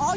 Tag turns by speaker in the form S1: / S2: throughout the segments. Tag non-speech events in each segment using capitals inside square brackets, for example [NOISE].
S1: Are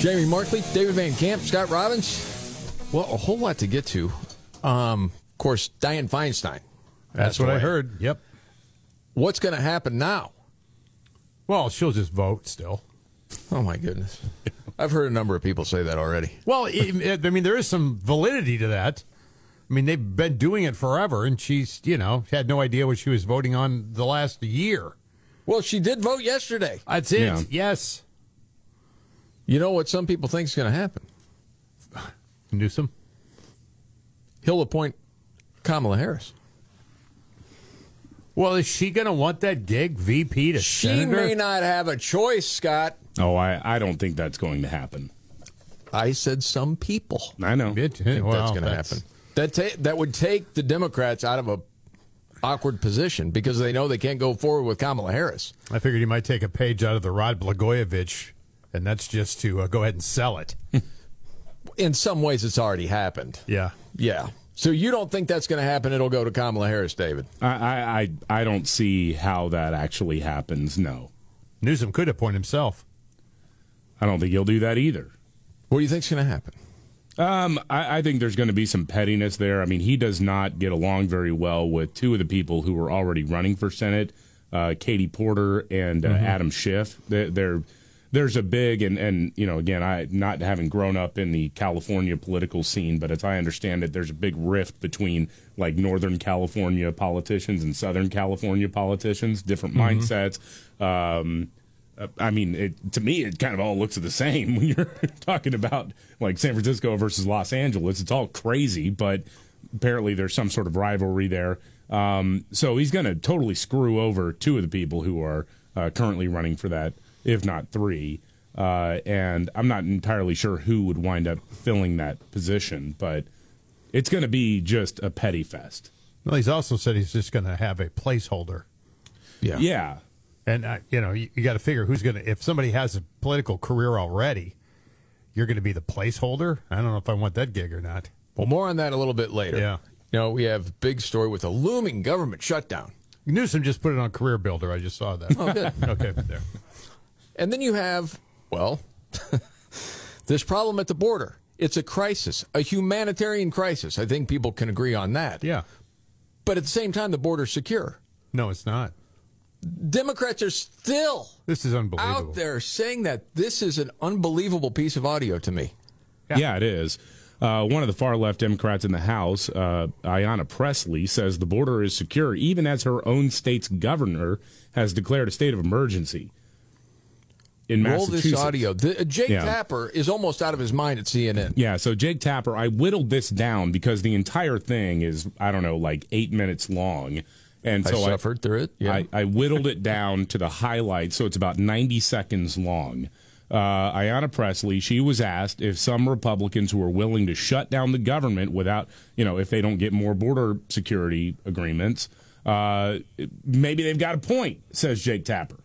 S2: Jamie Markley, David Van Camp, Scott Robbins. Well, a whole lot to get to. Um, of course, Diane Feinstein.
S3: That's
S2: passed
S3: what I
S2: away.
S3: heard. Yep.
S2: What's going to happen now?
S3: Well, she'll just vote still.
S2: Oh my goodness! I've heard a number of people say that already.
S3: Well, it, I mean, there is some validity to that. I mean, they've been doing it forever, and she's, you know, had no idea what she was voting on the last year.
S2: Well, she did vote yesterday.
S3: That's it. Yes.
S2: You know what some people think is going to happen?
S3: Newsom.
S2: He'll appoint Kamala Harris.
S3: Well, is she going to want that gig, VP to
S2: She
S3: senator?
S2: may not have a choice, Scott.
S4: Oh, I, I don't think that's going to happen.
S2: I said some people.
S4: I know.
S3: It-
S2: I think
S3: well,
S2: that's going to
S3: that's-
S2: happen. That ta- that would take the Democrats out of a awkward position because they know they can't go forward with Kamala Harris.
S3: I figured you might take a page out of the Rod Blagojevich, and that's just to uh, go ahead and sell it.
S2: [LAUGHS] In some ways, it's already happened.
S3: yeah.
S2: Yeah. So you don't think that's going to happen? It'll go to Kamala Harris, David.
S4: I, I, I, I don't see how that actually happens. No.
S3: Newsom could appoint himself.
S4: I don't think he'll do that either.
S2: What do you think's going to happen?
S4: Um, I, I think there's going to be some pettiness there. I mean, he does not get along very well with two of the people who were already running for Senate, uh, Katie Porter and
S2: Mm-hmm.
S4: uh, Adam Schiff. They're, they're there's a big and and you know again I not having grown up in the California political scene, but as I understand it, there's a big rift between like Northern California politicians and Southern California politicians, different mindsets. Um, uh, I mean, it, to me, it kind of all looks the same [LAUGHS] when you're talking about like San Francisco versus Los Angeles. It's all crazy, but apparently there's some sort of rivalry there. Um, so he's going to totally screw over two of the people who are uh, currently running for that, if not three. Uh, and I'm not entirely sure who would wind up filling that position, but it's going to be just a petty fest.
S3: Well, he's also said he's just going to have a placeholder.
S2: Yeah.
S4: Yeah.
S3: And uh, you know, you, you got to figure who's going to. If somebody has a political career already, you're going to be the placeholder. I don't know if I want that gig or not.
S2: Well, more on that a little bit later.
S3: Yeah.
S2: You know, we have a big story with a looming government shutdown.
S3: Newsom just put it on Career Builder. I just saw that.
S2: Oh, good.
S3: [LAUGHS] okay, there.
S2: [LAUGHS] And then you have, well, [LAUGHS] this problem at the border. It's a crisis, a humanitarian crisis. I think people can agree on that.
S3: Yeah.
S2: But at the same time, the border's secure.
S3: No, it's not.
S2: Democrats are still
S3: This is unbelievable.
S2: out there saying that this is an unbelievable piece of audio to me.
S4: Yeah, it is. Uh, one of the far left Democrats in the House, uh, Ayanna Presley, says the border is secure, even as her own state's governor has declared a state of emergency in
S2: Roll
S4: Massachusetts.
S2: this audio. The, Jake
S4: Yeah.
S2: Tapper is almost out of his mind at CNN.
S4: Yeah, so Jake Tapper, I whittled this down because the entire thing is, I don't know, like eight minutes long. And
S2: I
S4: so I,
S2: suffered through it. Yeah.
S4: I, I whittled it down to the highlights, so it's about 90 seconds long. Uh, Ayanna Presley, she was asked if some Republicans who are willing to shut down the government without, you know, if they don't get more border security agreements, uh, maybe they've got a point, says Jake Tapper.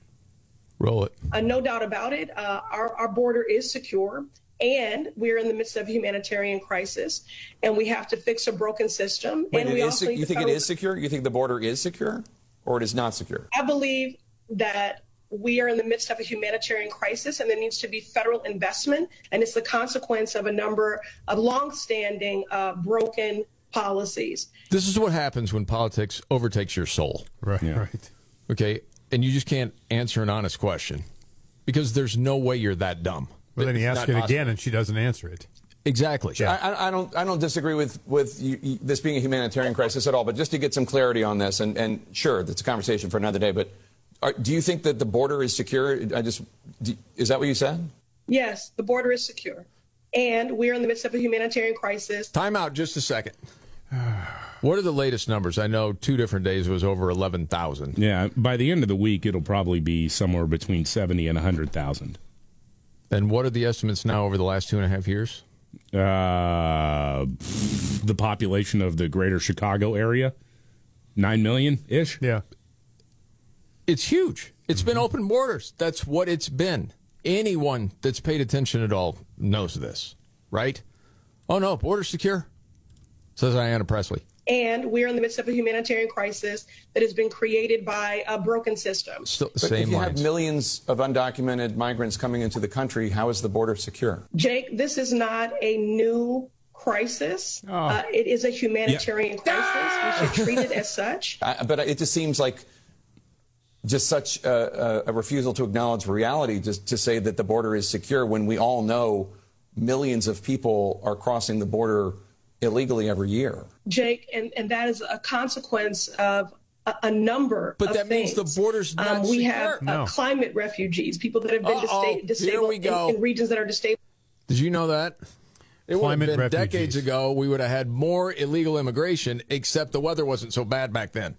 S2: Roll it.
S5: Uh, no doubt about it. Uh, our, our border is secure, and we're in the midst of a humanitarian crisis, and we have to fix a broken system.
S6: Wait,
S5: and
S6: it
S5: we
S6: is
S5: also
S6: sec-
S5: need
S6: you
S5: to
S6: think it
S5: federal-
S6: is secure? You think the border is secure, or it is not secure?
S5: I believe that we are in the midst of a humanitarian crisis, and there needs to be federal investment, and it's the consequence of a number of longstanding uh, broken policies.
S2: This is what happens when politics overtakes your soul.
S3: Right. Right.
S2: Okay. And you just can't answer an honest question because there's no way you're that dumb.
S3: Well, then he
S2: It's
S3: asks it
S2: not
S3: again, and she doesn't answer it.
S2: Exactly.
S6: I, I, I don't. I don't disagree with with you, you- this being a humanitarian crisis at all. But just to get some clarity on this, and and sure, that's a conversation for another day. But are, do you think that the border is secure? I just do, is that what you said?
S5: Yes, the border is secure, and we're in the midst of a humanitarian crisis.
S2: Time out just a second. What are the latest numbers? I know two different days was over 11,000.
S4: Yeah, by the end of the week, it'll probably be somewhere between 70 and 100,000.
S2: And what are the estimates now over the last two and a half years?
S4: uh, the population of the greater Chicago area, nine million ish.
S3: Yeah.
S2: It's huge. It's
S3: Mm-hmm.
S2: been open borders. That's what it's been. Anyone that's paid attention at all knows this, right? Oh no, border secure, says Ayanna Presley.
S5: And we're in the midst of a humanitarian crisis that has been created by a broken system.
S2: Still the
S6: But if
S2: same
S6: you
S2: lines.
S6: have millions of undocumented migrants coming into the country, how is the border secure?
S5: Jake, this is not a new crisis. Uh, it is a humanitarian crisis. We should treat it as such.
S6: I, but it just seems like just such a, a, a refusal to acknowledge reality, just to say that the border is secure when we all know millions of people are crossing the border illegally every year.
S5: Jake, and, and that is a consequence of a, a number.
S2: But
S5: of
S2: that means the
S5: things.
S2: border's not
S5: Um, we
S2: secure.
S5: have
S3: No.
S5: uh, climate refugees, people that have been
S2: Uh-oh, here
S5: dista- disabled
S2: we
S5: in-
S2: go.
S5: in regions that are disabled.
S2: Did you know that? It would have
S3: Climate
S2: been
S3: refugees.
S2: decades ago. We would have had more illegal immigration, except the weather wasn't so bad back then.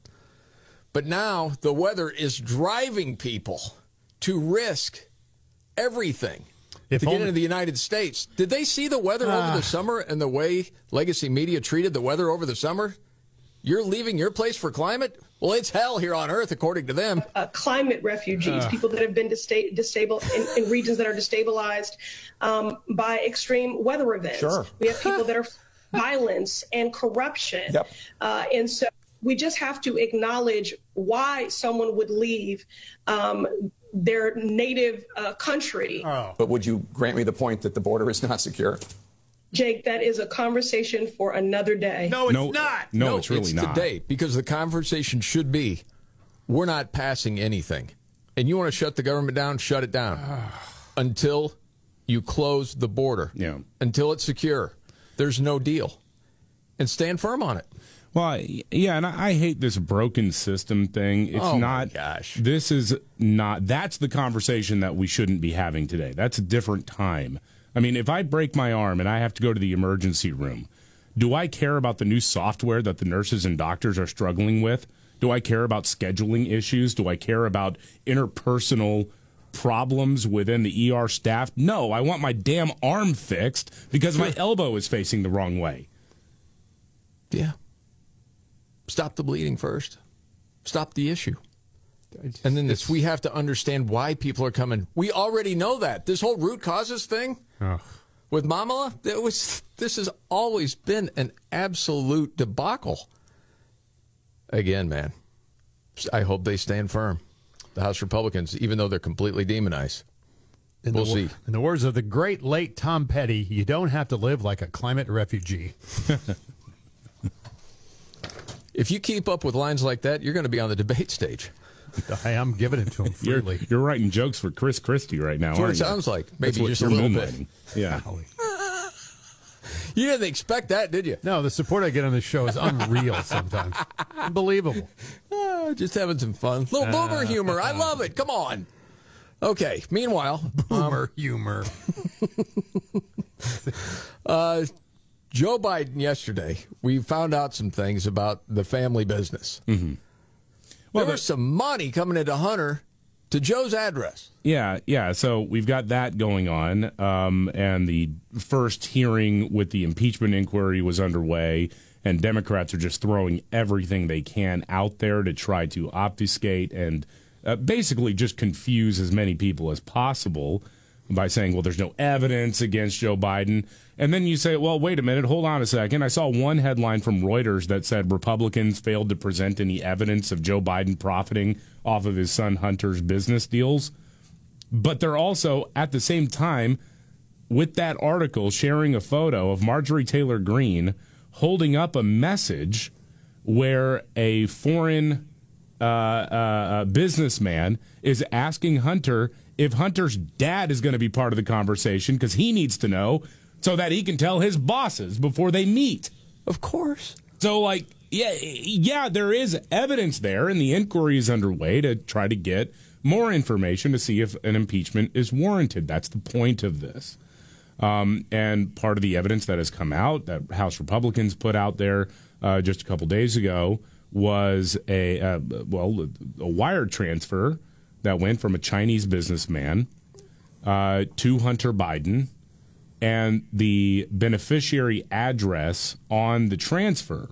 S2: But now the weather is driving people to risk everything
S3: If
S2: to get
S3: only-
S2: into the United States. Did they see the weather
S3: Ah.
S2: over the summer and the way legacy media treated the weather over the summer? You're leaving your place for climate? Well, it's hell here on Earth, according to them.
S5: uh, climate
S3: Ah. Uh.
S5: refugees, people that have been dista- disabled in, in regions that are destabilized um, by extreme weather events.
S6: Sure.
S5: We have people that are [LAUGHS] violence and corruption.
S6: Yep.
S5: Uh, and so we just have to acknowledge why someone would leave um, their native uh, country.
S3: Oh.
S6: But would you grant me the point that the border is not secure?
S5: Jake, that is a conversation for another day.
S3: No, it's
S4: no,
S3: not.
S4: No, it's really not.
S2: today because the conversation should be we're not passing anything. And you want to shut the government down, shut it
S4: [SIGHS]
S2: down until you close the border.
S4: Yeah.
S2: Until it's secure. There's no deal. And stand firm on it.
S4: Well, I- yeah, and I I hate this broken system thing. It's
S2: Oh, my
S4: not.
S2: gosh.
S4: This is not. That's the conversation that we shouldn't be having today. That's a different time. I mean, if I break my arm and I have to go to the emergency room, do I care about the new software that the nurses and doctors are struggling with? Do I care about scheduling issues? Do I care about interpersonal problems within the ER staff? No, I want my damn arm fixed because my elbow is facing the wrong way.
S2: Yeah. Stop the bleeding first. Stop the issue. and then this, we have to understand why people are coming. We already know that. This whole root causes thing with Mamala, that was this has always been an absolute debacle. Again, man. I hope they stand firm. The House Republicans, even though they're completely demonized.
S3: In
S2: We'll
S3: the, wor-
S2: see.
S3: In the words of the great late Tom Petty, you don't have to live like a climate refugee.
S2: [LAUGHS] If you keep up with lines like that, you're going to be on the debate stage.
S3: [LAUGHS] I am giving it to him
S4: You're,
S3: freely.
S4: you're writing jokes for Chris Christie right now.
S2: That's what
S4: aren't
S2: it
S4: you?
S2: sounds like.
S4: That's
S2: Maybe
S4: what
S2: just a
S4: you're
S2: little
S4: moonlighting. Yeah.
S3: Golly.
S2: You didn't expect that, did you?
S3: No, the support I get on this show is
S2: [LAUGHS]
S3: unreal sometimes. Unbelievable. Ah, uh-uh.
S2: Uh, just having some fun. [LAUGHS] Little
S3: Uh,
S2: boomer humor. I love it. Come on. Okay. Meanwhile,
S3: [LAUGHS]
S2: um,
S3: Boomer
S2: [LAUGHS]
S3: humor.
S2: Uh, Joe Biden yesterday, we found out some things about the family business.
S3: Mm-hmm.
S4: Well,
S2: there was some money coming into Hunter to Joe's address.
S4: Yeah, yeah. So we've got that going on, um, and the first hearing with the impeachment inquiry was underway, and Democrats are just throwing everything they can out there to try to obfuscate and uh, basically just confuse as many people as possible by saying, "Well, there's no evidence against Joe Biden," and then you say, "Well, wait a minute, hold on a second. I saw one headline from Reuters that said Republicans failed to present any evidence of Joe Biden profiting off of his son Hunter's business deals." but they're also at the same time with that article sharing a photo of Marjorie Taylor Greene holding up a message where a foreign uh, uh, uh, businessman is asking Hunter if Hunter's dad is going to be part of the conversation because he needs to know so that he can tell his bosses before they meet.
S2: Of course.
S4: So, like, yeah, yeah, there is evidence there, and the inquiry is underway to try to get more information to see if an impeachment is warranted. That's the point of this. Um, and part of the evidence that has come out that House Republicans put out there uh, just a couple days ago was a uh, well a wire transfer that went from a Chinese businessman uh, to Hunter Biden and the beneficiary address on the transfer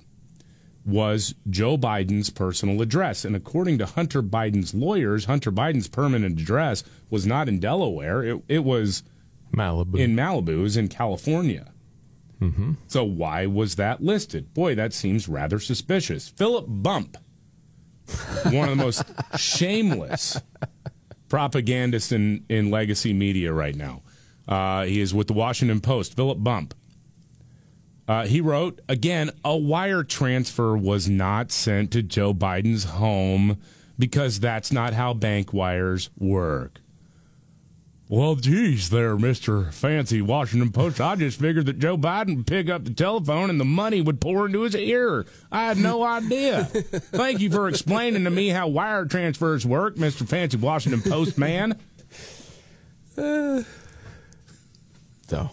S4: was Joe Biden's personal address. And according to Hunter Biden's lawyers, Hunter Biden's permanent address was not in Delaware. It, it was
S2: Malibu.
S4: in Malibu, it was in California. So why was that listed? Boy, that seems rather suspicious. Philip Bump, one of the most [LAUGHS] shameless propagandists in, in legacy media right now. Uh, he is with the Washington Post. Philip Bump. Uh, he wrote again, a wire transfer was not sent to Joe Biden's home because that's not how bank wires work. Well, geez, there, Mr. Fancy Washington Post. I just figured that Joe Biden would pick up the telephone and the money would pour into his ear. I had no idea. Thank you for explaining to me how wire transfers work, Mr. Fancy Washington Post man.
S2: So,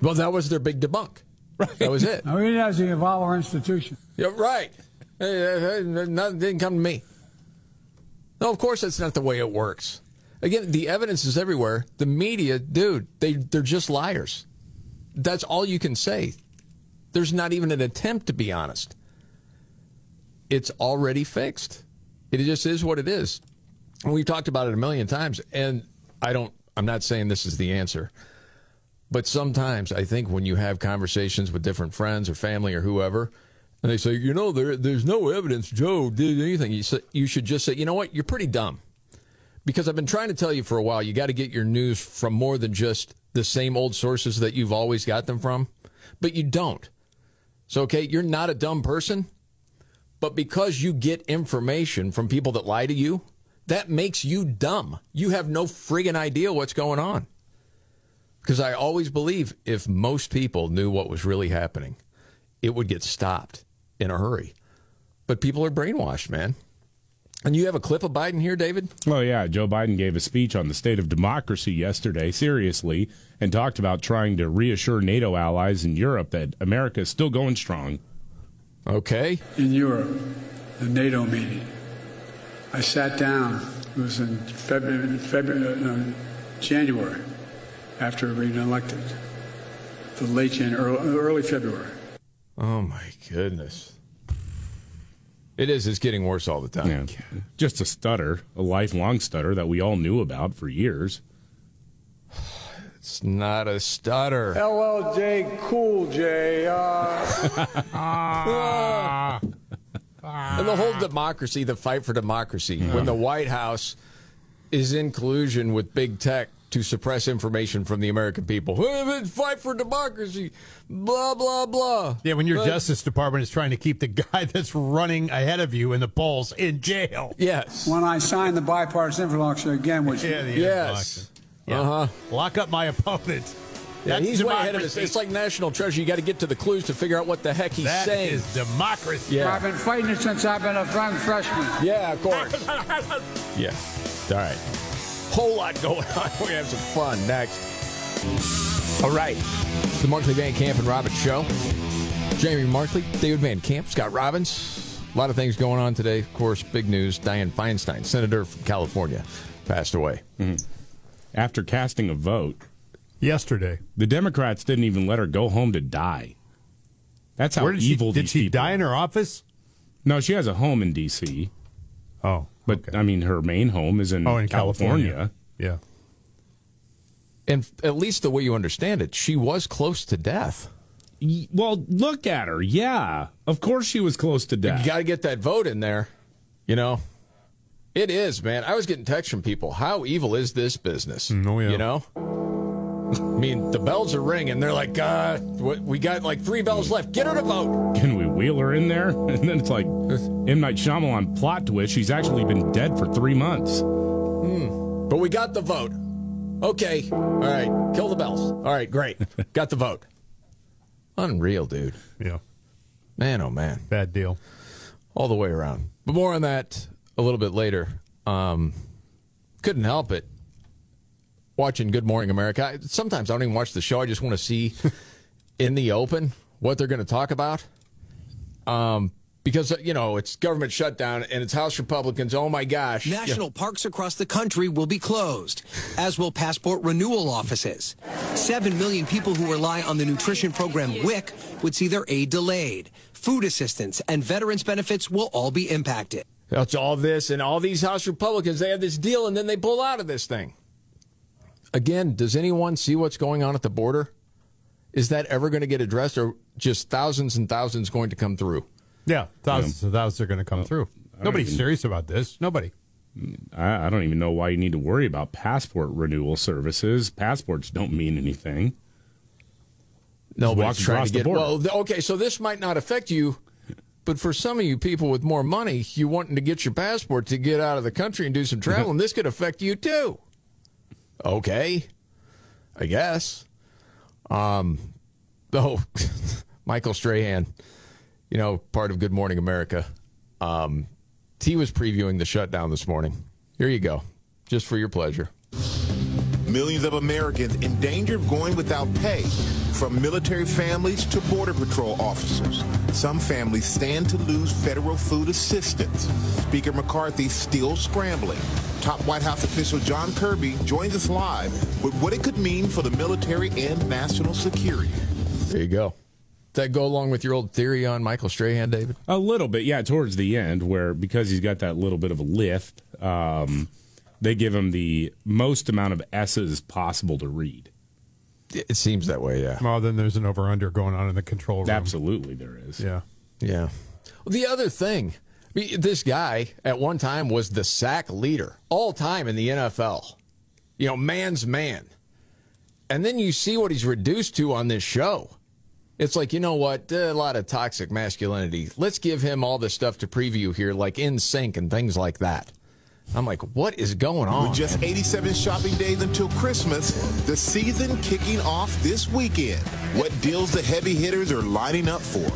S2: well, that was their big debunk. Right. That was it.
S1: Now, it doesn't involve our institution.
S2: Yeah, right. Hey, hey, hey, nothing didn't come to me. No, of course that's not the way it works. Again, the evidence is everywhere. The media, dude, they they're just liars. That's all you can say. There's not even an attempt to be honest. It's already fixed. It just is what it is. And we've talked about it a million times. And I don't. I'm not saying this is the answer. But sometimes I think when you have conversations with different friends or family or whoever, and they say, you know, there, there's no evidence Joe did anything, you, say, you should just say, you know what, you're pretty dumb. Because I've been trying to tell you for a while, you got to get your news from more than just the same old sources that you've always got them from, but you don't. So, okay, you're not a dumb person, but because you get information from people that lie to you, that makes you dumb. You have no friggin' idea what's going on because I always believe if most people knew what was really happening, it would get stopped in a hurry. But people are brainwashed, man. And you have a clip of Biden here, David?
S4: Oh, yeah. Joe Biden gave a speech on the state of democracy yesterday, seriously, and talked about trying to reassure NATO allies in Europe that America is still going strong.
S2: Okay.
S1: In Europe, the NATO meeting, I sat down. It was in February, February no, January, after being elected, the late January, early February.
S2: Oh, my goodness. It is. It's getting worse all the time.
S4: Yeah. Just a stutter, a lifelong stutter that we all knew about for years.
S2: It's not a stutter.
S1: LLJ Cool J.
S2: [LAUGHS]
S1: uh.
S2: And the whole democracy, the fight for democracy, when the White House is in collusion with big tech to suppress information from the American people. Fight for democracy, blah, blah, blah.
S3: Yeah, when your
S2: But-
S3: Justice Department is trying to keep the guy [LAUGHS] that's running ahead of you in the polls in jail.
S2: Yes.
S1: [LAUGHS] when I signed the bipartisan infrastructure again, which
S3: the
S2: Yes.
S3: Yeah.
S2: Uh-huh.
S3: Lock up my opponent.
S2: Yeah,
S3: That's
S2: he's way ahead of us.
S3: democracy.
S2: It's like national treasure. You got to get to the clues to figure out what the heck he's
S3: That
S2: saying.
S3: is democracy.
S2: yeah.
S1: I've been fighting it since I've been a young freshman.
S2: Yeah, of course.
S1: [LAUGHS]
S2: yeah. All right. Whole lot going [LAUGHS] on. We're going to have some fun next. All right. The Markley Van Camp and Robbins Show. Jamie Markley, David Van Camp, Scott Robbins. A lot of things going on today. Of course, big news. Dianne Feinstein, Senator from California, passed away.
S4: After casting a vote,
S3: Yesterday.
S4: the Democrats didn't even let her go home to die. That's how
S3: Where did she,
S4: evil
S3: did
S4: these
S3: she
S4: people
S3: die in her office?
S4: No, she has a home in D.C.,
S3: Oh.
S4: but I mean, her main home is in,
S3: Oh, in
S4: California.
S3: California. Yeah.
S2: And f- at least the way you understand it, she was close to death.
S4: Y- Well, look at her. Yeah. Of course she was close to death.
S2: You got to get that vote in there. You know, it is, man. I was getting texts from people. How evil is this business?
S4: Mm,
S3: oh, yeah.
S2: You know, I mean, the bells are ringing. They're like, uh, what, we got like three bells left. Get her to vote.
S4: Can we wheel her in there? [LAUGHS] And then it's like M. Night Shyamalan plot twist. She's actually been dead for three months.
S2: But we got the vote. Okay. All right. Kill the bells. All right. Great. got the vote. Unreal, dude.
S3: Yeah.
S2: Man, oh, man.
S3: Bad deal.
S2: all the way around. But more on that a little bit later. Um, couldn't help it watching Good Morning America. I, sometimes I don't even watch the show. I just want
S3: [LAUGHS]
S2: to see in the open what they're going to talk about. Um, because uh, you know it's government shutdown and it's House Republicans. Oh my gosh!
S7: National parks across the country will be closed, as will passport renewal offices. Seven million people who rely on the nutrition program WIC would see their aid delayed. Food assistance and veterans benefits will all be impacted.
S2: That's all this and all these House Republicans. They have this deal and then they pull out of this thing. Again, does anyone see what's going on at the border? Is that ever going to get addressed, or just thousands and thousands going to come through?
S3: Yeah, thousands and thousands are going to come through. Nobody's
S4: even-
S3: serious about this. Nobody.
S4: [LAUGHS] I, I don't even know why you need to worry about passport renewal services. Passports don't mean anything.
S2: Nobody's
S4: walk
S2: trying
S4: across
S2: to
S4: the
S2: get.
S4: border.
S2: Well, th- okay, so this might not affect you, but for some of you people with more money, you wanting to get your passport to get out of the country and do
S4: [LAUGHS]
S2: some traveling, this could affect you too. Okay, I guess. Um, though, [LAUGHS] Michael Strahan, you know, part of Good Morning America, um, he was previewing the shutdown this morning. Here you go, just for your pleasure.
S8: Millions of Americans in danger of going without pay, from military families to Border Patrol officers. Some families stand to lose federal food assistance. Speaker McCarthy still scrambling. Top White House official John Kirby joins us live with what it could mean for the military and national security.
S2: There you go. Does that go along with your old theory on Michael Strahan, David?
S4: A little bit, yeah, towards the end, where because he's got that little bit of a lift, um, they give him the most amount of S's possible to read.
S2: It seems that way, yeah.
S3: Well, then there's an over under going on in the control room.
S4: Absolutely, there is.
S3: Yeah.
S2: Yeah. Well, the other thing, I mean, this guy at one time was the sack leader all time in the NFL. You know, man's man. And then you see what he's reduced to on this show. It's like, you know what? Uh, A lot of toxic masculinity. Let's give him all the stuff to preview here, like in sync and things like that. I'm like, what is going on?
S8: With just 87 shopping days until Christmas, the season kicking off this weekend. What deals the heavy hitters are lining up for?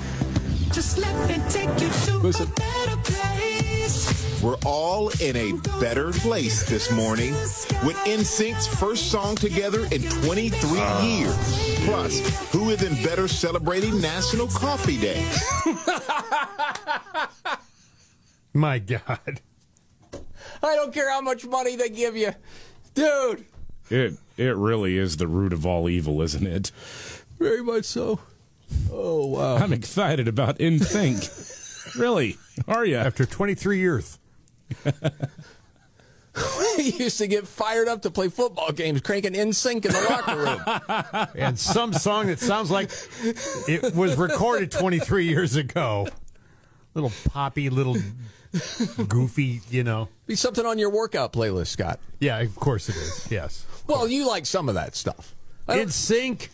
S9: Just let me take you to
S2: Listen.
S9: a better place.
S8: We're all in a better place this morning with NSYNC's first song together in 23
S3: Ah.
S8: years. Plus, who is in better celebrating National Coffee Day?
S3: [LAUGHS] My God.
S2: I don't care how much money they give you. Dude. [LAUGHS]
S4: It it really is the root of all evil, isn't it?
S2: Very much so. Oh, wow.
S4: I'm excited about InThink. really? Are you?
S3: After 23 years.
S2: He used to get fired up to play football games, cranking in sync in the locker room.
S3: [LAUGHS] And some song that sounds like it was recorded 23 years ago. Little poppy, little goofy, you know.
S2: Be something on your workout playlist, Scott.
S3: Yeah, of course it is. Yes.
S2: Well, you like some of that stuff. I don't-
S3: In sync.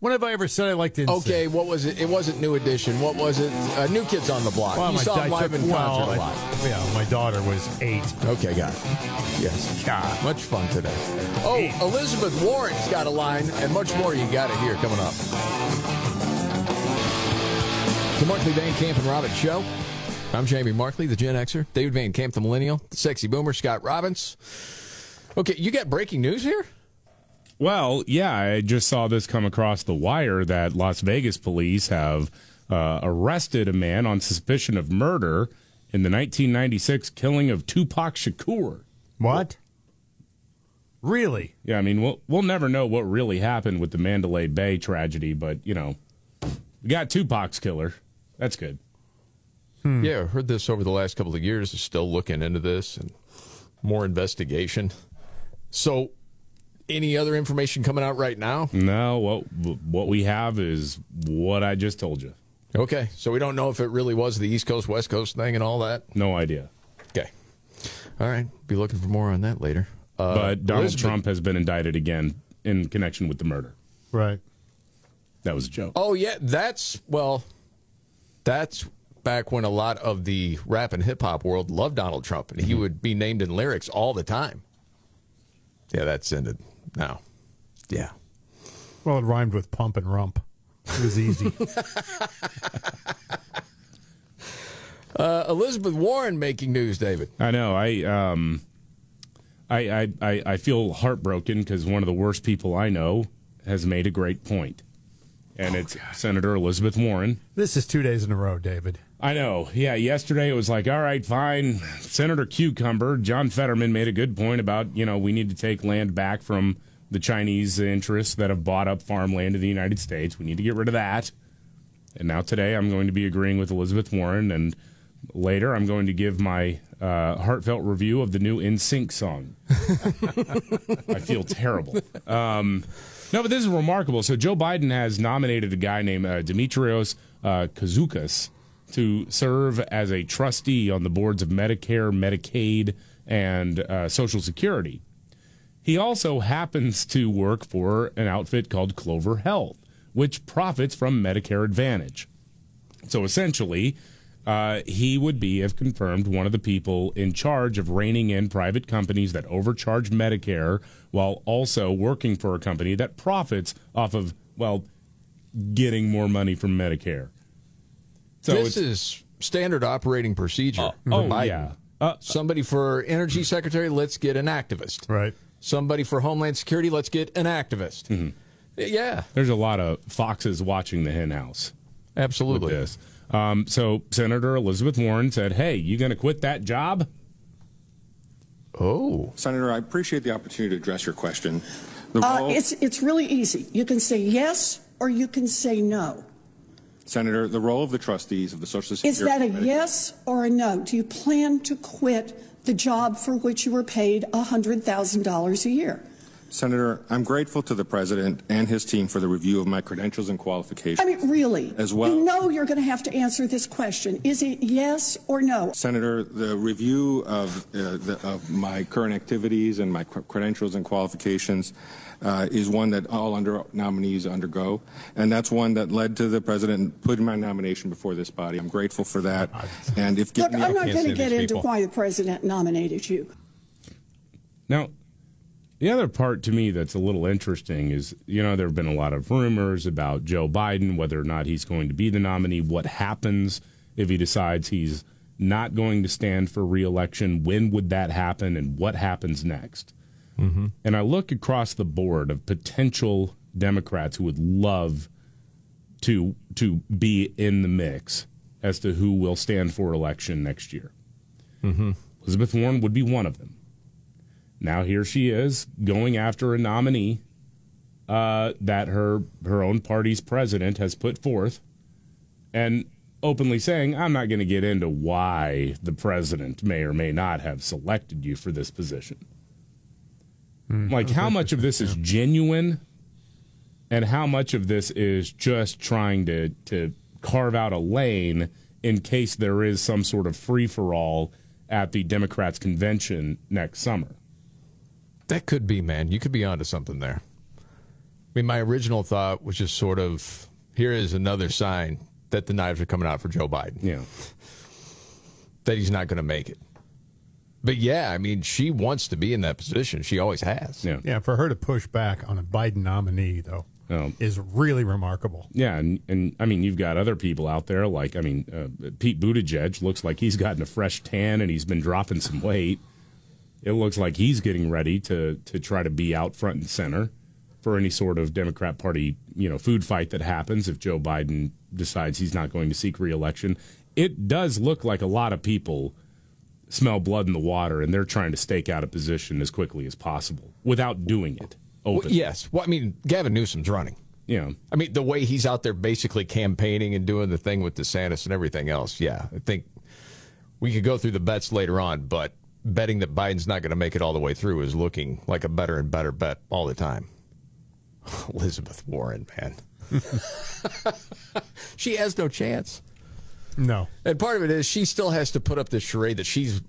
S3: When have I ever said I liked in
S2: okay, what was it? It wasn't New Edition. What was it? Uh, New Kids on the Block.
S3: Well,
S2: you
S3: my
S2: saw
S3: I
S2: them live
S3: took-
S2: in
S3: well,
S2: concert
S3: I-
S2: a lot.
S3: Yeah, my daughter was eight.
S2: Okay, got it. Yes. God. Much fun today. Oh, Elizabeth Warren's got a line, and much more you got it here coming up. The Markley Van Camp and Robbins Show. I'm Jamie Markley, the Gen Xer. David Van Camp, the Millennial. The Sexy Boomer, Scott Robbins. Okay, you got breaking news here?
S4: Well, yeah, I just saw this come across the wire that Las Vegas police have uh, arrested a man on suspicion of murder in the 1996 killing of Tupac Shakur.
S3: What? Really?
S4: Yeah, I mean, we'll we'll never know what really happened with the Mandalay Bay tragedy, but you know, we got Tupac's killer. That's good. Hmm.
S2: Yeah, I heard this over the last couple of years. Is still looking into this and more investigation. So, any other information coming out right now?
S4: No, what what we have is what I just told you.
S2: Okay, so we don't know if it really was the East Coast West Coast thing and all that.
S4: No idea.
S2: Okay, all right. Be looking for more on that later. Uh,
S4: but Donald
S2: Elizabeth-
S4: Trump has been indicted again in connection with the murder.
S3: Right.
S4: That was a joke.
S2: Oh yeah, that's well, that's back when a lot of the rap and hip hop world loved Donald Trump, and he
S4: Mm-hmm.
S2: would be named in lyrics all the time. Yeah, that's ended now. Yeah.
S3: Well, it rhymed with pump and rump. It was easy.
S2: Uh, Elizabeth Warren making news, David.
S4: I know. I um, I I I, I feel heartbroken because one of the worst people I know has made a great point. and
S2: Oh,
S4: it's Senator Elizabeth Warren.
S3: This is two days in a row, David.
S4: I know. Yeah, yesterday it was like, all right, fine. Senator Cucumber, John Fetterman made a good point about, you know, we need to take land back from the Chinese interests that have bought up farmland in the United States. We need to get rid of that. And now today I'm going to be agreeing with Elizabeth Warren. And later I'm going to give my uh, heartfelt review of the new NSYNC song. I feel terrible. Um, no, but this is remarkable. So Joe Biden has nominated a guy named uh, Demetrios uh, Kazookas to serve as a trustee on the boards of Medicare, Medicaid, and uh, Social Security. He also happens to work for an outfit called Clover Health, which profits from Medicare Advantage. So essentially, uh, he would be, if confirmed, one of the people in charge of reining in private companies that overcharge Medicare while also working for a company that profits off of, well, getting more money from Medicare. So
S2: this
S4: it's-
S2: is standard operating procedure.
S4: oh,
S2: for Biden.
S4: yeah. Uh,
S2: Somebody for energy secretary, let's get an activist.
S3: Right.
S2: Somebody for homeland security, let's get an activist.
S4: Mm-hmm.
S2: Yeah,
S4: There's a lot of foxes watching the hen house with
S2: absolutely.
S4: this. Um, so Senator Elizabeth Warren said, "Hey, you going to quit that job?"
S2: Oh,
S10: Senator, I appreciate the opportunity to address your question. The
S11: Uh,
S10: role-
S11: it's, it's really easy. You can say yes or you can say no.
S10: Senator, the role of the trustees of the Social Security
S11: Is that a
S10: Committee-
S11: yes or a no? Do you plan to quit the job for which you were paid $100,000 a year?
S10: Senator, I'm grateful to the president and his team for the review of my credentials and qualifications.
S11: I mean, really?
S10: As well.
S11: You know you're going to have to answer this question. Is it yes or no?
S10: Senator, the review of, uh, the, of my current activities and my cr- credentials and qualifications uh, is one that all under nominees undergo, and that's one that led to the president putting my nomination before this body. I'm grateful for that, and if
S11: Look,
S10: given the
S11: I'm not
S10: opportunity-
S11: going to get into
S4: people.
S11: why the president nominated you.
S4: Now, the other part to me that's a little interesting is, you know, there have been a lot of rumors about Joe Biden, whether or not he's going to be the nominee, what happens if he decides he's not going to stand for reelection, when would that happen, and what happens next?
S3: Mm-hmm.
S4: And I look across the board of potential Democrats who would love to to be in the mix as to who will stand for election next year.
S2: Mm-hmm.
S4: Elizabeth Warren would be one of them. Now here she is going after a nominee uh, that her her own party's president has put forth, and openly saying, "I'm not going to get into why the president may or may not have selected you for this position."
S2: Mm,
S4: Like, how much of this is genuine, and how much of this is just trying to to carve out a lane in case there is some sort of free for all at the Democrats' convention next summer?
S2: That could be, man. You could be onto something there. I mean, my original thought was just sort of here is another sign that the knives are coming out for Joe Biden,
S4: Yeah.
S2: that he's not going to make it. But yeah, I mean, she wants to be in that position. She always has.
S4: Yeah.
S3: Yeah, for her to push back on a Biden nominee, though,
S2: Oh.
S4: Um,
S3: is really remarkable.
S4: Yeah, and, and I mean, you've got other people out there like I mean, uh, Pete Buttigieg looks like he's gotten a fresh tan and he's been dropping some weight. It looks like he's getting ready to to try to be out front and center for any sort of Democrat Party you know food fight that happens if Joe Biden decides he's not going to seek reelection. It does look like a lot of people smell blood in the water and they're trying to stake out a position as quickly as possible without doing it.
S2: Well,
S4: Open,
S2: yes. Well, I mean, Gavin Newsom's running.
S4: you know.
S2: I mean, the way he's out there basically campaigning and doing the thing with DeSantis and everything else. Yeah, I think we could go through the bets later on, but betting that Biden's not going to make it all the way through is looking like a better and better bet all the time. [LAUGHS] Elizabeth Warren, man. she has no chance.
S3: No.
S2: And part of it is she still has to put up this charade that she's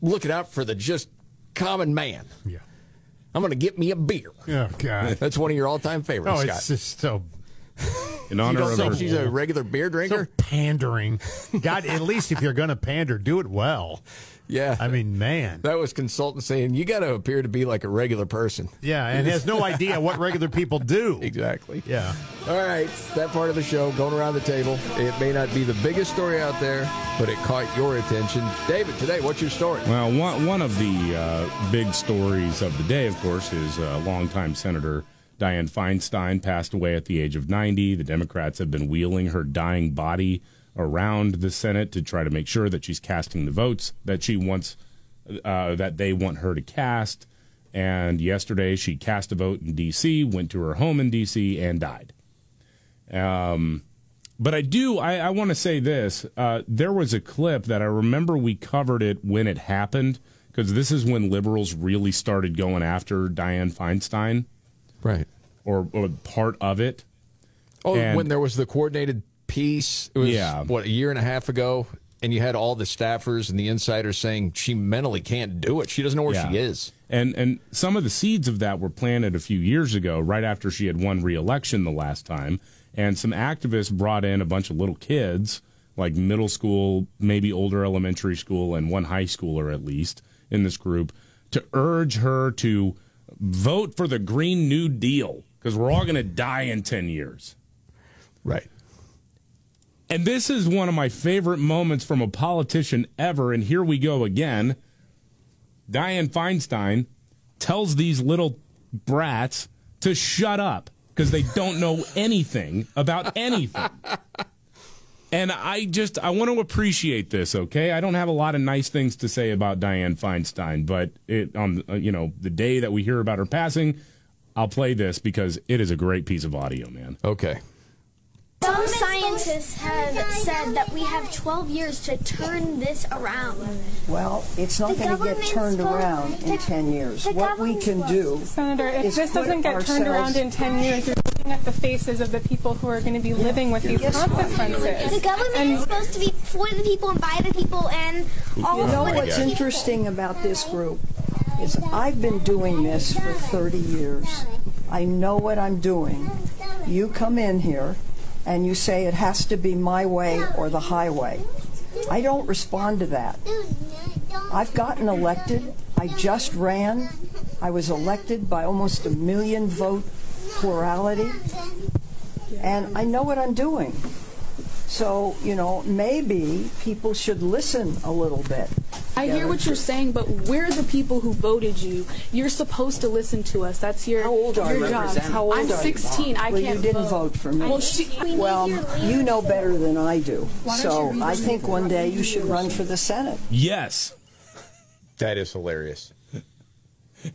S2: looking out for the just common man.
S3: Yeah.
S2: I'm going to get me a beer. [LAUGHS]
S3: Oh, God.
S2: That's one of your all time
S3: oh,
S2: favorites, Scott.
S3: it's just so,
S4: In
S2: you
S4: honor
S2: don't
S4: of
S2: think
S4: her-
S2: she's a regular beer
S3: so
S2: drinker?
S3: pandering. God, at least if you're going to pander, do it well.
S2: yeah.
S3: I mean, man.
S2: That was consultant saying you got to appear to be like a regular person.
S3: Yeah, and has no idea what regular people do.
S2: [LAUGHS] Exactly.
S3: Yeah.
S2: All right, that part of the show going around the table. It may not be the biggest story out there, but it caught your attention. David, today, what's your story?
S4: Well, one, one of the uh, big stories of the day, of course, is uh, longtime Senator Dianne Feinstein passed away at the age of 90. The Democrats have been wheeling her dying body around the Senate to try to make sure that she's casting the votes that she wants, uh, that they want her to cast. And yesterday, she cast a vote in D.C., went to her home in D.C., and died. Um, but I do, I, I want to say this. Uh, there was a clip that I remember we covered it when it happened, because this is when liberals really started going after Dianne Feinstein.
S2: Right.
S4: Or, or part of it.
S2: Oh,
S4: And-
S2: when there was the coordinated piece, it was
S4: Yeah.
S2: what a year and a half ago, and you had all the staffers and the insiders saying she mentally can't do it. She doesn't know where she
S4: Yeah.
S2: is.
S4: And and some of the seeds of that were planted a few years ago, right after she had won re-election the last time. And some activists brought in a bunch of little kids, like middle school, maybe older elementary school, and one high schooler at least in this group, to urge her to vote for the Green New Deal because we're all going to die in ten years.
S2: Right.
S4: And this is one of my favorite moments from a politician ever. And here we go again. Dianne Feinstein tells these little brats to shut up because they don't know anything about anything. And I just I want to appreciate this, okay? I don't have a lot of nice things to say about Dianne Feinstein, but it on uh, you know the day that we hear about her passing, I'll play this because it is a great piece of audio, man.
S2: Okay.
S12: Some scientists have said that we have 12 years to turn this around.
S13: Well, it's
S12: The
S13: not going to get
S12: government's
S13: turned
S12: supposed-
S13: around in
S12: the-
S13: 10 years.
S12: the
S13: What we
S12: government's
S13: can do
S14: Senator, if
S13: is
S14: this
S13: put
S14: doesn't get turned around
S13: ourselves-
S14: in 10 years, you're looking at the faces of the people who are going to be living with these
S12: Guess what?
S14: consequences.
S12: The government is supposed to be for the people and by the people and all
S13: You
S12: of
S13: know
S12: what
S13: what's
S12: people-
S13: interesting about this group is I've been doing this for 30 years. I know what I'm doing. You come in here and you say it has to be my way or the highway. I don't respond to that. I've gotten elected. I just ran. I was elected by almost a million vote plurality. And I know what I'm doing. So, you know, maybe people should listen a little bit.
S15: I hear what you're saying, but we're the people who voted you. You're supposed to listen to us. That's your
S13: How old are
S15: your
S13: you?
S15: job.
S13: How old
S15: I'm
S13: are you?
S15: 16. I
S13: well,
S15: can't
S13: you didn't vote, for me.
S15: Well, she- we
S13: Well,
S15: need your
S13: Um, you know better than I do.
S15: Why don't
S13: So
S15: you read
S13: I
S15: the
S13: think one day you should run for the Senate.
S4: Yes.
S2: That is hilarious.
S4: [LAUGHS]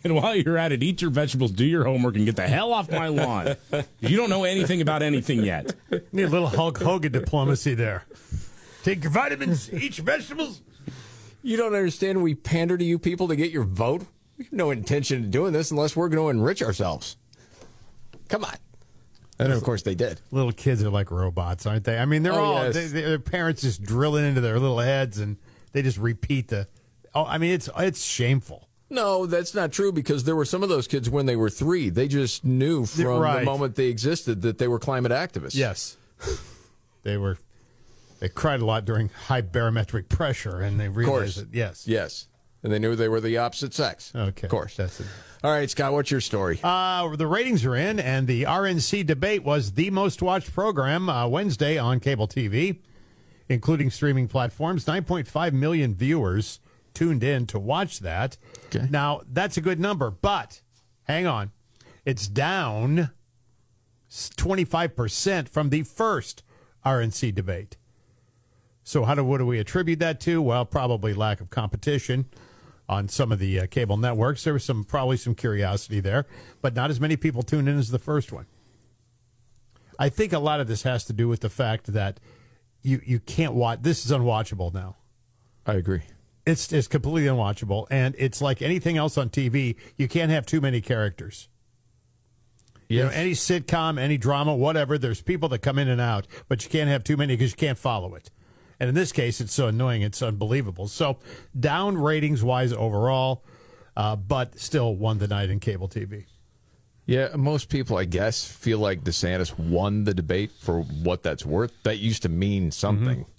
S4: And while you're at it, eat your vegetables, do your homework, and get the hell off my lawn. you don't know anything about anything yet.
S3: Need a little Hulk Hogan diplomacy there. Take your vitamins, [LAUGHS] eat your vegetables.
S2: You don't understand we pander to you people to get your vote? We have no intention of doing this unless we're going to enrich ourselves. Come on. And of course they did.
S3: Little kids are like robots, aren't they? I mean, they're
S2: Oh,
S3: all
S2: yes.
S3: they, they- their parents just drilling into their little heads, and they just repeat the. Oh, I mean, it's it's shameful.
S2: No, that's not true because there were some of those kids when they were three. They just knew from
S3: Right.
S2: the moment they existed that they were climate activists.
S3: Yes, they were. They cried a lot during high barometric pressure, and they
S2: Of course.
S3: realized that yes.
S2: Yes. And they knew they were the opposite sex.
S3: Okay.
S2: Of course.
S3: That's it.
S2: All right, Scott, what's your story?
S3: Uh, the ratings are in, and the RNC debate was the most watched program uh, Wednesday on cable TV, including streaming platforms. 9.5 million viewers tuned in to watch that. Now, that's a good number, but hang on. It's down s- 25% from the first RNC debate. So, how do what do we attribute that to? Well, probably lack of competition on some of the uh, cable networks. There was some probably some curiosity there, but not as many people tuned in as the first one. I think a lot of this has to do with the fact that you you can't watch. This is unwatchable now.
S2: I agree.
S3: It's it's completely unwatchable, and it's like anything else on TV. You can't have too many characters. You know,
S2: Yes.
S3: any sitcom, any drama, whatever, there's people that come in and out, but you can't have too many because you can't follow it. And in this case, it's so annoying, it's unbelievable. So down ratings wise overall, uh, but still won the night in cable TV.
S2: Yeah, most people, I guess, feel like DeSantis won the debate for what that's worth. That used to mean something.
S3: Mm-hmm.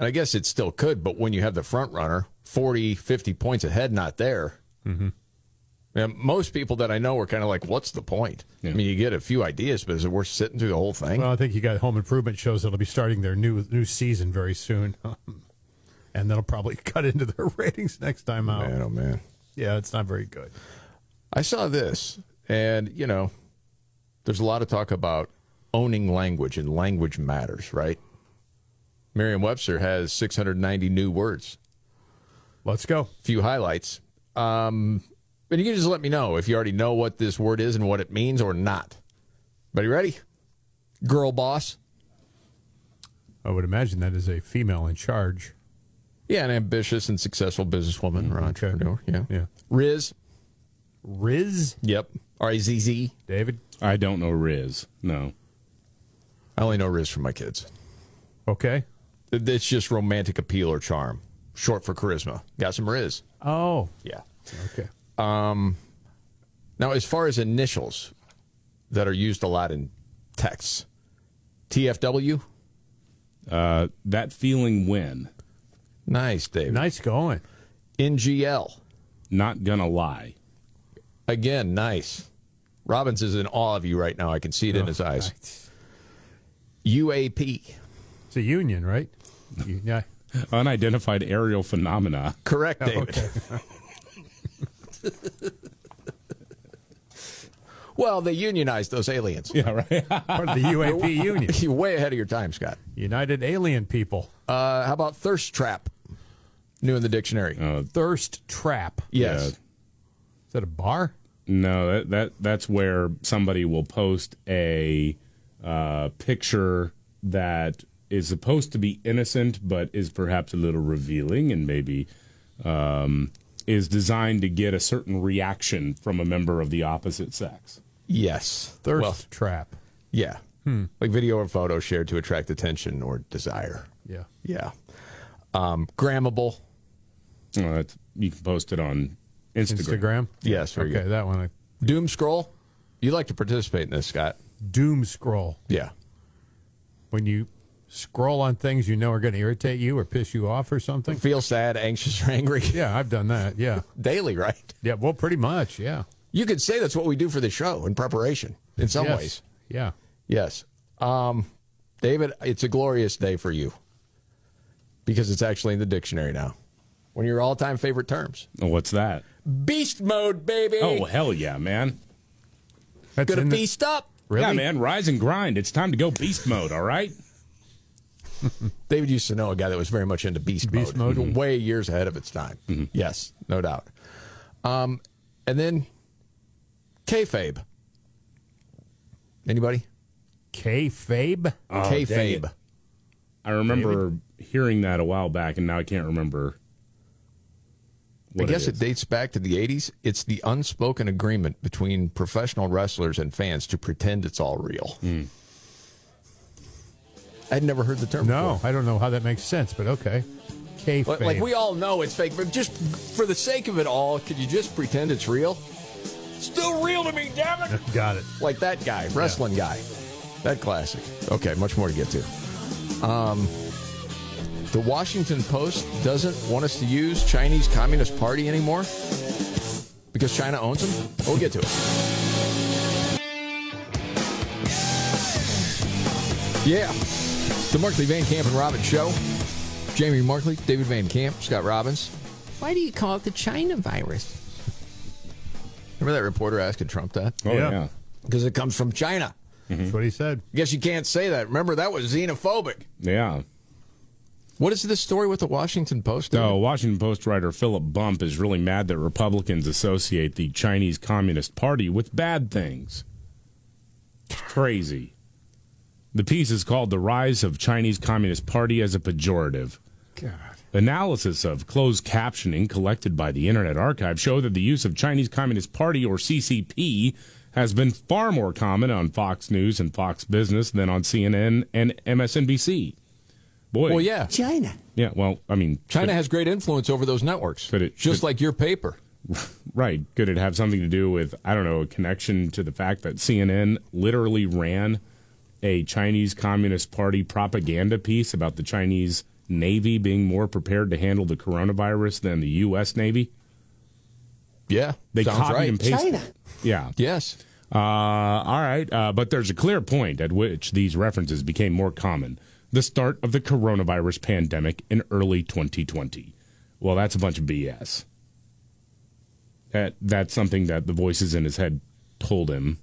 S2: And I guess it still could, but when you have the front runner 40, 50 points ahead, not there.
S3: Mm-hmm.
S2: Yeah, most people that I know are kind of like, what's the point? I mean, you get a few ideas, but is it worth sitting through the whole thing?
S3: Well, I think you got Home Improvement shows that'll be starting their new new season very soon, [LAUGHS] and that'll probably [LAUGHS] cut into their ratings next time out.
S2: Man, oh, man.
S3: Yeah, it's not very good.
S2: I saw this, and, you know, There's a lot of talk about owning language and language matters, right? Merriam Webster has 690 new words.
S3: Let's go.
S2: Few highlights. Um, and you can just let me know if you already know what this word is and what it means or not. But you ready? Girl boss.
S3: I would imagine that is a female in charge. Mm,
S2: Yeah, an ambitious and successful businesswoman or entrepreneur. Yeah.
S3: Yeah.
S2: Riz.
S3: Riz?
S2: Yep. R I Z Z.
S3: David?
S4: I don't know Riz. No.
S2: I only know Riz from my kids.
S3: Okay.
S2: It's just romantic appeal or charm. Short for charisma. Got some Riz.
S3: Oh.
S2: Yeah.
S3: Okay.
S2: Um, now, as far as initials that are used a lot in texts, TFW.
S4: Uh, that feeling when.
S2: Nice, Dave.
S3: Nice going.
S2: NGL.
S4: Not gonna lie.
S2: Again, nice. Robbins is in awe of you right now. I can see it
S3: Oh,
S2: in his eyes. UAP.
S3: It's a union,
S4: [LAUGHS]
S3: right? You- Yeah.
S4: Unidentified aerial phenomena.
S2: Correct, David. [LAUGHS] Well, they unionized those aliens.
S4: Yeah, right.
S3: Part
S2: [LAUGHS]
S3: of the UAP union.
S2: You're way ahead of your time, Scott.
S3: United Alien People.
S2: Uh, how about thirst trap? New in the dictionary.
S4: Uh,
S3: Thirst Trap.
S2: Yes.
S4: Yeah.
S3: Is that a bar?
S4: No, that, that that's where somebody will post a uh, picture that is supposed to be innocent, but is perhaps a little revealing, and maybe um, is designed to get a certain reaction from a member of the opposite sex.
S2: Yes.
S3: Thirst
S2: Well,
S3: Trap.
S2: yeah.
S3: Hmm.
S2: Like video or photo shared to attract attention or desire.
S3: Yeah.
S2: Yeah. Um, grammable.
S4: Uh, that's- you can post it on Instagram.
S3: Instagram?
S2: Yes. Very
S3: Okay,
S2: good.
S3: that one. I,
S2: Doom scroll. You like to participate in this, Scott?
S3: doom scroll.
S2: Yeah.
S3: When you scroll on things you know are going to irritate you or piss you off or something.
S2: Feel sad, anxious, or angry [LAUGHS]
S3: Yeah, I've done that. Yeah.
S2: daily, right?
S3: Yeah, well, pretty much. Yeah.
S2: You could say that's what we do for the show in preparation. In some
S3: Yes.
S2: ways,
S3: Yeah.
S2: yes. Um, David, it's a glorious day for you because it's actually in the dictionary now. One of your all-time favorite terms,
S4: Oh, What's that?
S2: beast mode, baby.
S4: Oh hell yeah, man!
S3: That's
S2: gonna
S3: in the-
S2: beast up.
S4: Yeah, [LAUGHS]
S3: Really?
S4: man, rise and grind. It's time to go beast mode. All
S3: [LAUGHS]
S4: right.
S2: David used to know a guy that was very much into beast,
S3: Beast
S2: mode,
S3: mode.
S2: way years ahead of its time. Yes, no doubt. Um, and then kayfabe. Anybody?
S3: K Fabe?
S4: Oh, dang it.
S2: kayfabe.
S4: I remember hearing that a while back, and now I can't remember.
S2: I
S4: what
S2: guess it,
S4: is.
S2: dates back to the 80s. It's the unspoken agreement between professional wrestlers and fans to pretend it's all real. I'd never heard the term
S3: No,
S2: before.
S3: I don't know how that makes sense, but okay. K
S2: But,
S3: Fabe.
S2: like we all know it's fake, but just for the sake of it all, could you just pretend it's real? Still real to me, damn it!
S3: [LAUGHS] Got it.
S2: like that guy, wrestling guy, that classic. Okay, much more to get to. Um, the Washington Post doesn't want us to use Chinese Communist Party anymore because China owns them. We'll get to it. Yeah, the Markley Van Camp and Robbins show. Jamie Markley, David Van Camp, Scott Robbins.
S16: Why do you call it the China virus?
S2: Remember that reporter asking Trump that?
S4: Oh
S3: Yeah.
S4: yeah.
S2: Because it comes from China.
S3: That's what he said.
S2: Guess you can't say that. Remember, that was xenophobic.
S4: yeah.
S2: What is this story with the Washington Post?
S4: So, Washington Post writer Philip Bump is really mad that Republicans associate the Chinese Communist Party with bad things. It's crazy. The piece is called The Rise of Chinese Communist Party as a Pejorative. Analysis of closed captioning collected by the Internet Archive show that the use of Chinese Communist Party or CCP has been far more common on Fox News and Fox Business than on CNN and MSNBC. Boy,
S2: Well, yeah.
S16: China.
S4: yeah. Well, I mean,
S2: China has great influence over those networks.
S4: Could it-
S2: just
S4: could-
S2: like your paper.
S4: [LAUGHS] Right. Could it have something to do with, I don't know, a connection to the fact that CNN literally ran a Chinese Communist Party propaganda piece about the Chinese Navy being more prepared to handle the coronavirus than the U.S. Navy?
S2: Yeah.
S4: They
S2: sounds
S4: copy
S2: right.
S4: and paste. Yeah.
S2: Yes.
S4: Uh, all right. Uh, but there's a clear point at which these references became more common the start of the coronavirus pandemic in early 2020. Well, that's a bunch of BS. That, that's something that the voices in his head told him.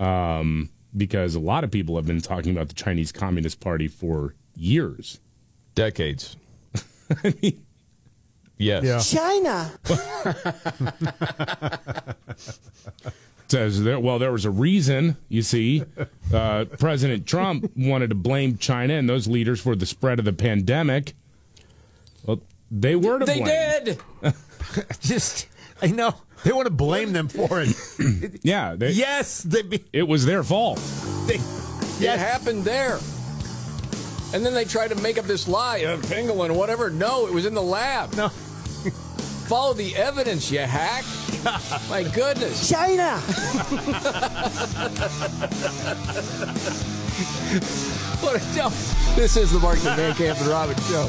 S4: um, because a lot of people have been talking about the Chinese Communist Party for years, [LAUGHS]
S2: decades. Yes.
S17: China.
S2: [LAUGHS]
S4: says there well there was a reason you see
S2: [LAUGHS]
S4: uh, president trump wanted to blame china and those leaders for the spread of the pandemic well they were to
S3: They
S4: blame
S3: did. [LAUGHS] Just, I know. They want to blame them for it.
S4: yeah they,
S3: yes
S4: it was their fault
S2: It happened there. And then they tried to make up this lie, uh, pangolin, whatever. No, it was in the lab. No. [LAUGHS] Follow the evidence,
S3: [LAUGHS]
S2: you hack. My goodness.
S17: China.
S2: [LAUGHS] What a dump. This is the Mark the Van Camp and Robin show.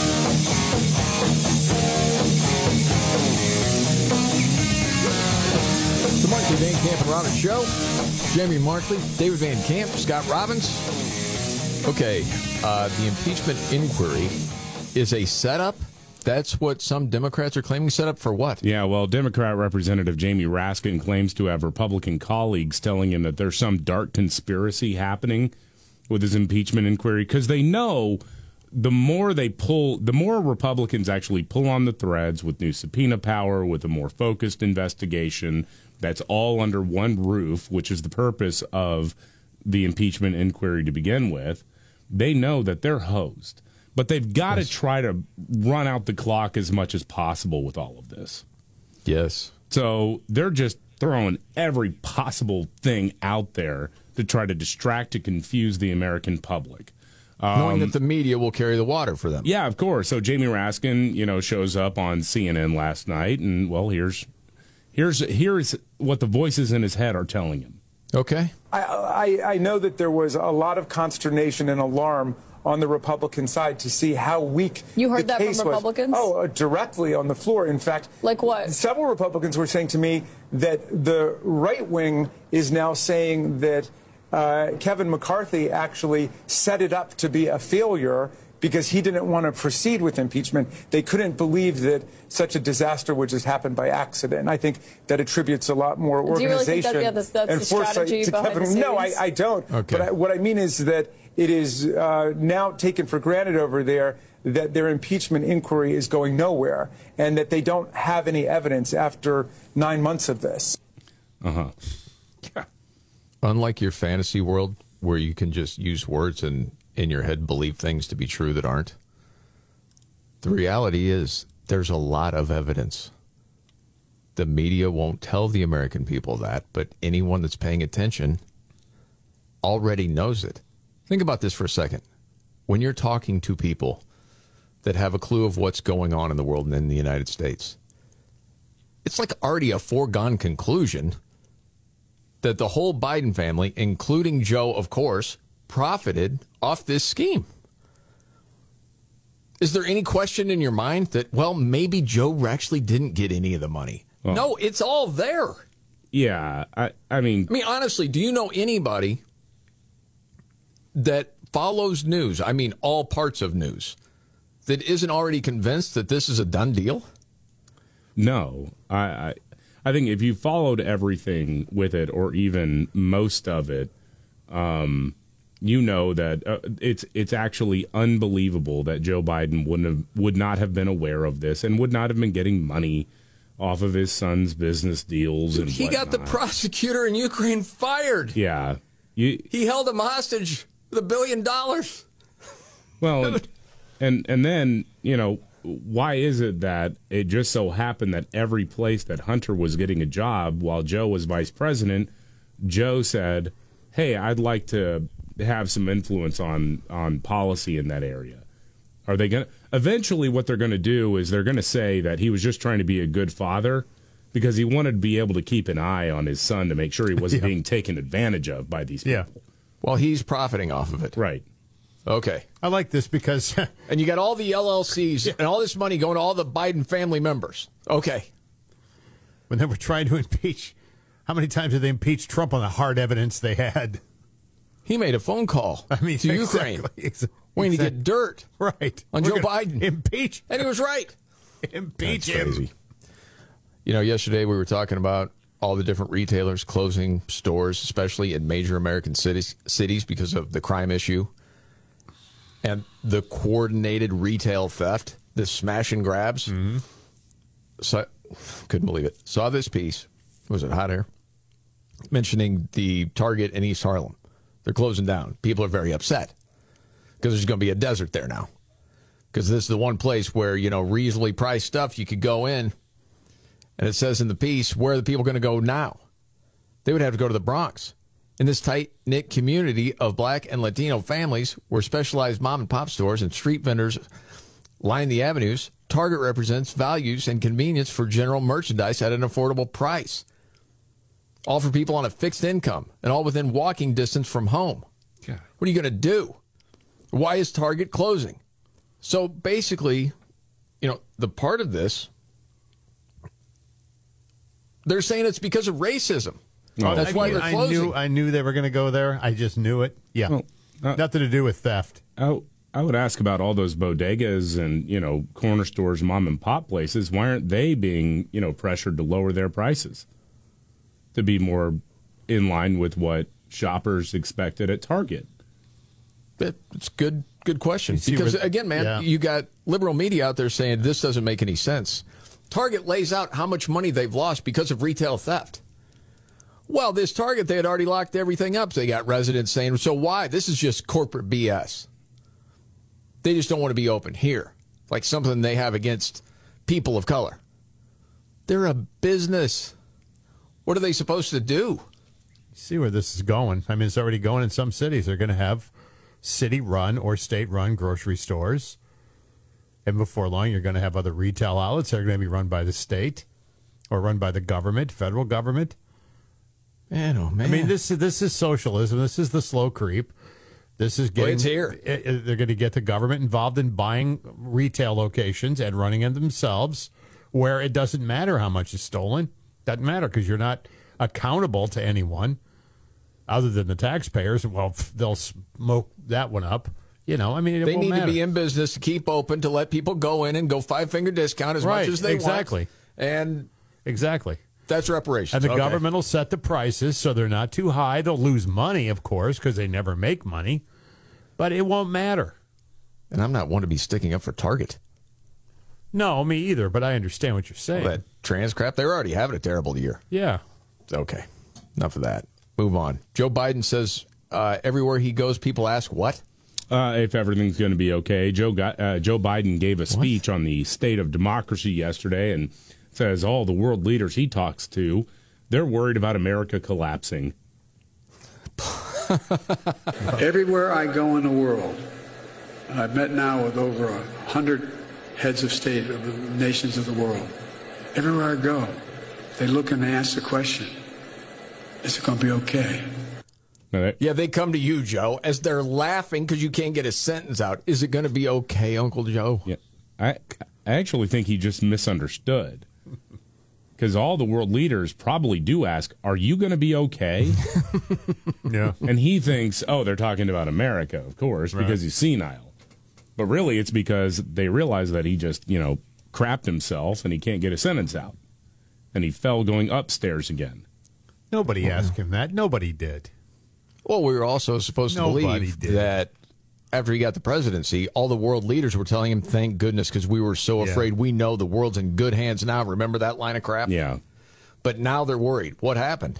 S2: The Markley Van Camp and Robbins show. Jamie Markley, David Van Camp, Scott Robbins. Okay, uh, the impeachment inquiry is a setup. That's what some Democrats are claiming. Setup for what?
S4: yeah well democrat representative jamie raskin claims to have republican colleagues telling him that there's some dark conspiracy happening with his impeachment inquiry because they know the more they pull the more republicans actually pull on the threads with new subpoena power with a more focused investigation that's all under one roof which is the purpose of the impeachment inquiry to begin with they know that they're hosed but they've got to try to run out the clock as much as possible with all of this
S2: Yes.
S4: so they're just throwing every possible thing out there to try to distract to confuse the American public.
S2: Knowing
S4: Um,
S2: that the media will carry the water for them.
S4: yeah, of course. So Jamie Raskin, you know, shows up on CNN last night, and well, here's here's here's what the voices in his head are telling him.
S2: Okay.
S18: I, I, I know that there was a lot of consternation and alarm on the Republican side to see how weak
S19: You heard
S18: the
S19: that from
S18: case was.
S19: Republicans?
S18: Oh, uh, directly on the floor. In fact, like what? Several Republicans were saying to me that the right wing is now saying that uh, Kevin McCarthy actually set it up to be a failure because he didn't want to proceed with impeachment. They couldn't believe that such a disaster would just happen by accident. I think that attributes a lot more
S19: Do you really
S18: organization
S19: think that- yeah, that's- that's
S18: and
S19: the
S18: foresight
S19: strategy
S18: to
S19: behind
S18: Kevin.
S19: the
S18: no, I,
S19: scenes?
S18: I don't.
S2: Okay.
S18: But I, what I mean is that it is uh, now taken for granted over there that their impeachment inquiry is going nowhere and that they don't have any evidence after nine months of this.
S4: Uh huh.
S2: Unlike your fantasy world where you can just use words and in your head believe things to be true that aren't, the reality is there's a lot of evidence. The media won't tell the American people that, but anyone that's paying attention already knows it. Think about this for a second. When you're talking to people that have a clue of what's going on in the world and in the United States, it's like already a foregone conclusion that the whole Biden family, including Joe, of course, profited off this scheme. Is there any question in your mind that, well, maybe Joe actually didn't get any of the money? no, it's all there.
S4: Yeah, I I mean,
S2: I mean, honestly, do you know anybody that follows news? I mean, all parts of news that isn't already convinced that this is a done deal?
S4: No, I, I, I think if you followed everything with it, or even most of it, um, you know that uh, it's it's actually unbelievable that Joe Biden wouldn't have would not have been aware of this and would not have been getting money off of his son's business deals and
S2: He got the
S4: whatnot.
S2: prosecutor in Ukraine fired.
S4: yeah. You,
S2: He held him hostage with a billion dollars.
S4: Well, and, and and then you know why is it that it just so happened that every place that Hunter was getting a job while Joe was vice president, Joe said, "Hey, I'd like to have some influence on on policy in that area." Are they going to eventually what they're going to do is they're going to say that he was just trying to be a good father because he wanted to be able to keep an eye on his son to make sure he wasn't being taken advantage of by these people.
S3: Yeah.
S2: Well, he's profiting off of it.
S4: Right.
S2: Okay.
S3: I like this because [LAUGHS]
S2: And you got all the LLCs and all this money going to all the Biden family members. Okay.
S3: when they were trying to impeach. How many times did they impeach Trump on the hard evidence they had?
S2: He made a phone call
S3: I mean,
S2: to Ukraine. We need to get dirt
S3: right
S2: on
S3: We're
S2: Joe
S3: gonna
S2: Biden.
S3: Impeach,
S2: and he was right.
S3: Impeach
S2: That's
S3: him.
S2: crazy. You know, yesterday we were talking about all the different retailers closing stores, especially in major American cities, cities because of the crime issue and the coordinated retail theft, the smash and grabs. So, couldn't believe it. Saw this piece. Was it hot air? Mentioning the Target in East Harlem. They're closing down. People are very upset because there's going to be a desert there now. Because this is the one place where, you know, reasonably priced stuff you could go in. And it says in the piece, where are the people going to go now? They would have to go to the Bronx. In this tight knit community of black and Latino families, where specialized mom and pop stores and street vendors line the avenues, Target represents values and convenience for general merchandise at an affordable price. All for people on a fixed income and all within walking distance from home. What are you going to do? Why is Target closing? So basically, you know, the part of this they're saying it's because of racism. That's
S3: I,
S2: why
S3: knew-
S2: they're
S3: I
S2: closing.
S3: knew I knew they were going to go there. I just knew it. Yeah,
S2: uh,
S3: nothing to do with theft.
S4: I, I would ask about all those bodegas and you know corner stores, mom and pop places. Why aren't they being you know pressured to lower their prices to be more in line with what shoppers expected at Target?
S2: It's good. Good question.
S4: see
S2: Because
S4: where-
S2: again, man,
S4: yeah.
S2: you got liberal media out there saying this doesn't make any sense. Target lays out how much money they've lost because of retail theft. Well, this Target, they had already locked everything up. They got residents saying, so why? This is just corporate BS. They just don't want to be open here, like something they have against people of color. They're a business. What are they supposed to do?
S3: See where this is going. I mean, it's already going in some cities. They're going to have city-run or state-run grocery stores, and before long, you're going to have other retail outlets that are going to be run by the state or run by the government, federal government.
S2: Man, oh man!
S3: I mean, this this is socialism. This is the slow creep. This is
S2: Well,
S3: getting
S2: it's here.
S3: i- i- They're going to get the government involved in buying retail locations and running them themselves, where it doesn't matter how much is stolen. Doesn't matter because you're not accountable to anyone other than the taxpayers. Well, pff, they'll smoke that one up. You know, I mean, it
S2: they
S3: won't
S2: need
S3: matter.
S2: to be in business to keep open to let people go in and go five finger discount as
S3: Right,
S2: much as they
S3: exactly.
S2: want. And
S3: exactly.
S2: That's reparations.
S3: And the
S2: Okay.
S3: government will set the prices so they're not too high. They'll lose money, of course, because they never make money. But it won't matter.
S2: And I'm not one to be sticking up for Target.
S3: No, me either. But I understand what you're saying.
S2: That trans crap. They're already having a terrible year.
S3: yeah.
S2: Okay. Enough of that. Move on. Joe Biden says uh, everywhere he goes, people ask what?
S4: Uh, if everything's going to be okay, Joe got, uh, Joe Biden gave a speech on the state of democracy yesterday and says all the world leaders he talks to, they're worried about America collapsing.
S1: Everywhere I go in the world, and I've met now with over a hundred heads of state of the nations of the world. Everywhere I go, they look and they ask the question: Is it going to be okay?
S2: Yeah, they come to you, Joe, as they're laughing because you can't get a sentence out. Is it going to be okay, Uncle Joe?
S4: Yeah. I, I actually think he just misunderstood. Because all the world leaders probably do ask, Are you going to be okay?
S3: [LAUGHS] yeah.
S4: And he thinks, Oh, they're talking about America, of course,
S3: Right.
S4: because he's senile. But really, it's because they realize that he just, you know, crapped himself and he can't get a sentence out. And he fell going upstairs again.
S3: Nobody
S2: Mm-hmm.
S3: asked him that. Nobody did.
S2: Well, we were also supposed to
S3: Nobody
S2: believe
S3: did.
S2: that after he got the presidency, all the world leaders were telling him, thank goodness, because we were so
S4: Yeah.
S2: afraid. We know the world's in good hands now. Remember that line of crap?
S4: Yeah.
S2: But now they're worried. What happened?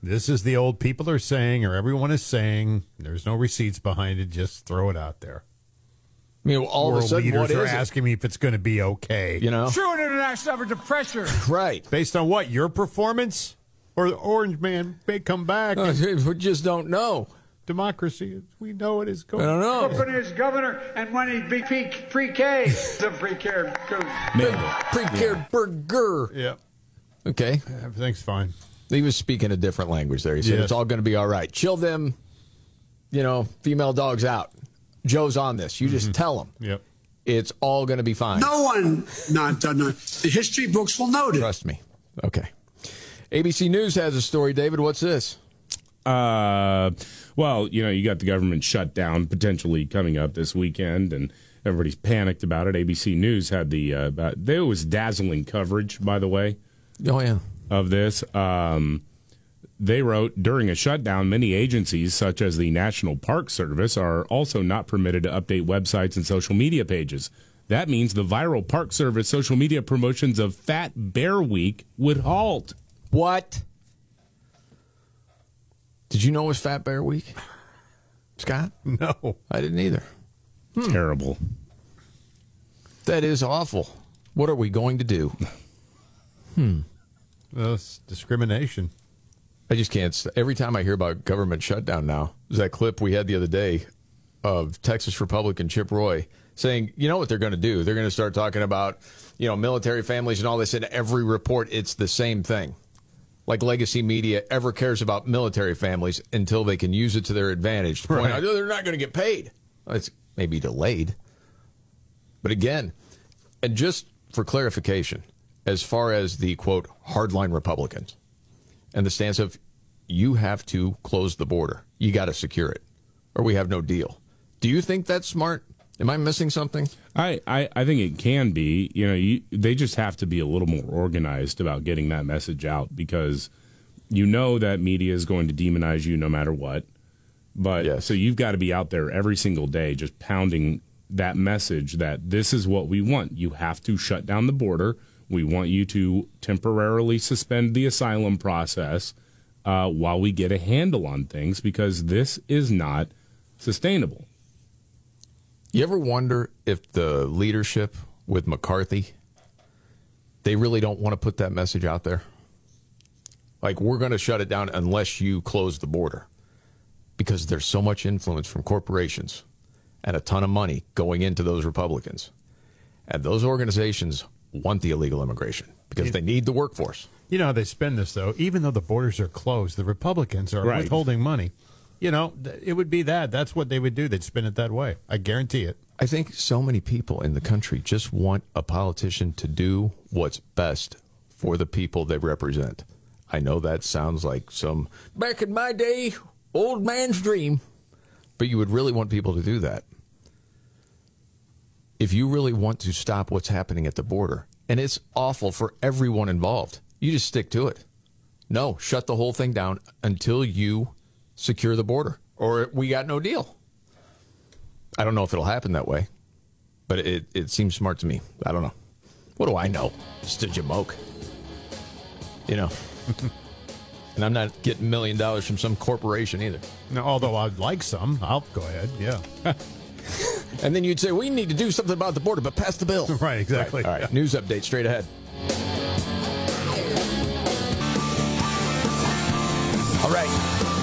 S3: This is the old people are saying, or everyone is saying. There's no receipts behind it. Just throw it out there.
S2: I mean, all
S3: World
S2: of a sudden,
S3: leaders
S2: what
S3: are
S2: is it?
S3: asking me if it's going to be okay.
S2: You know?
S3: Sure.
S19: international average of pressure.
S2: Right.
S3: Based on what? Your performance? Or the Orange Man may come back?
S2: Uh, we just don't know.
S3: Democracy, we know it is going.
S2: I don't know.
S19: Open his governor and when he'd be pre-K. Some pre-K.
S2: Pre-care burger.
S3: Yeah.
S2: Okay.
S3: Everything's fine.
S2: He was speaking a different language there. He said
S3: Yes.
S2: it's all going to be all right. Chill them, you know, female dogs out. Joe's on this. You just tell him.
S3: Mm-hmm. Yep.
S2: It's all going to be fine.
S1: No one not done. The history books will note it.
S2: Trust me. Okay. ABC News has a story. David, what's this?
S4: Uh, well, you know, you got the government shutdown potentially coming up this weekend, and everybody's panicked about it. ABC News had the uh, about- there was dazzling coverage, by the way.
S2: Oh yeah,
S4: of this. Um, they wrote during a shutdown, many agencies, such as the National Park Service, are also not permitted to update websites and social media pages. That means the viral Park Service social media promotions of Fat Bear Week would halt.
S2: What? Did you know it was Fat Bear Week? Scott?
S3: No.
S2: I didn't either.
S4: Terrible.
S2: That is awful. What are we going to do? Hmm.
S3: That's discrimination.
S2: I just can't. st- Every time I hear about government shutdown now, is that clip we had the other day of Texas Republican Chip Roy saying, you know what they're going to do? They're going to start talking about, you know, military families and all this. In every report, it's the same thing. Like legacy media ever cares about military families until they can use it to their advantage. To point
S20: Right.
S2: out, "Oh, they're not going to get paid. It's maybe delayed. But again, and just for clarification, as far as the quote, hardline Republicans and the stance of you have to close the border, you got to secure it, or we have no deal. Do you think that's smart? Am I missing something?
S4: I, I, I think it can be. You know, you, they just have to be a little more organized about getting that message out because you know that media is going to demonize you no matter what. But so you've got to be out there every single day just pounding that message that this is what we want. You have to shut down the border. We want you to temporarily suspend the asylum process uh, while we get a handle on things because this is not sustainable.
S2: You ever wonder if the leadership with McCarthy, they really don't want to put that message out there? Like, we're going to shut it down unless you close the border because there's so much influence from corporations and a ton of money going into those Republicans. And those organizations want the illegal immigration because they need the workforce.
S3: You know how they spend this, though. Even though the borders are closed, the Republicans are
S2: Right.
S3: withholding money. You know, th- it would be that. That's what they would do. They'd spend it that way. I guarantee it.
S2: I think so many people in the country just want a politician to do what's best for the people they represent. I know that sounds like some, Back in my day, old man's dream. but you would really want people to do that. If you really want to stop what's happening at the border, and it's awful for everyone involved, you just stick to it. No, shut the whole thing down until you secure the border, or we got no deal. I don't know if it'll happen that way, but it, it seems smart to me. I don't know. What do I know? Just a jamoke. You know. [LAUGHS] and I'm not getting million dollars from some corporation either.
S3: Now, although I'd like some, I'll go ahead. Yeah.
S2: [LAUGHS] and then you'd say, we need to do something about the border, but pass the bill.
S3: [LAUGHS] Right, exactly.
S2: All right, news update straight ahead. All right.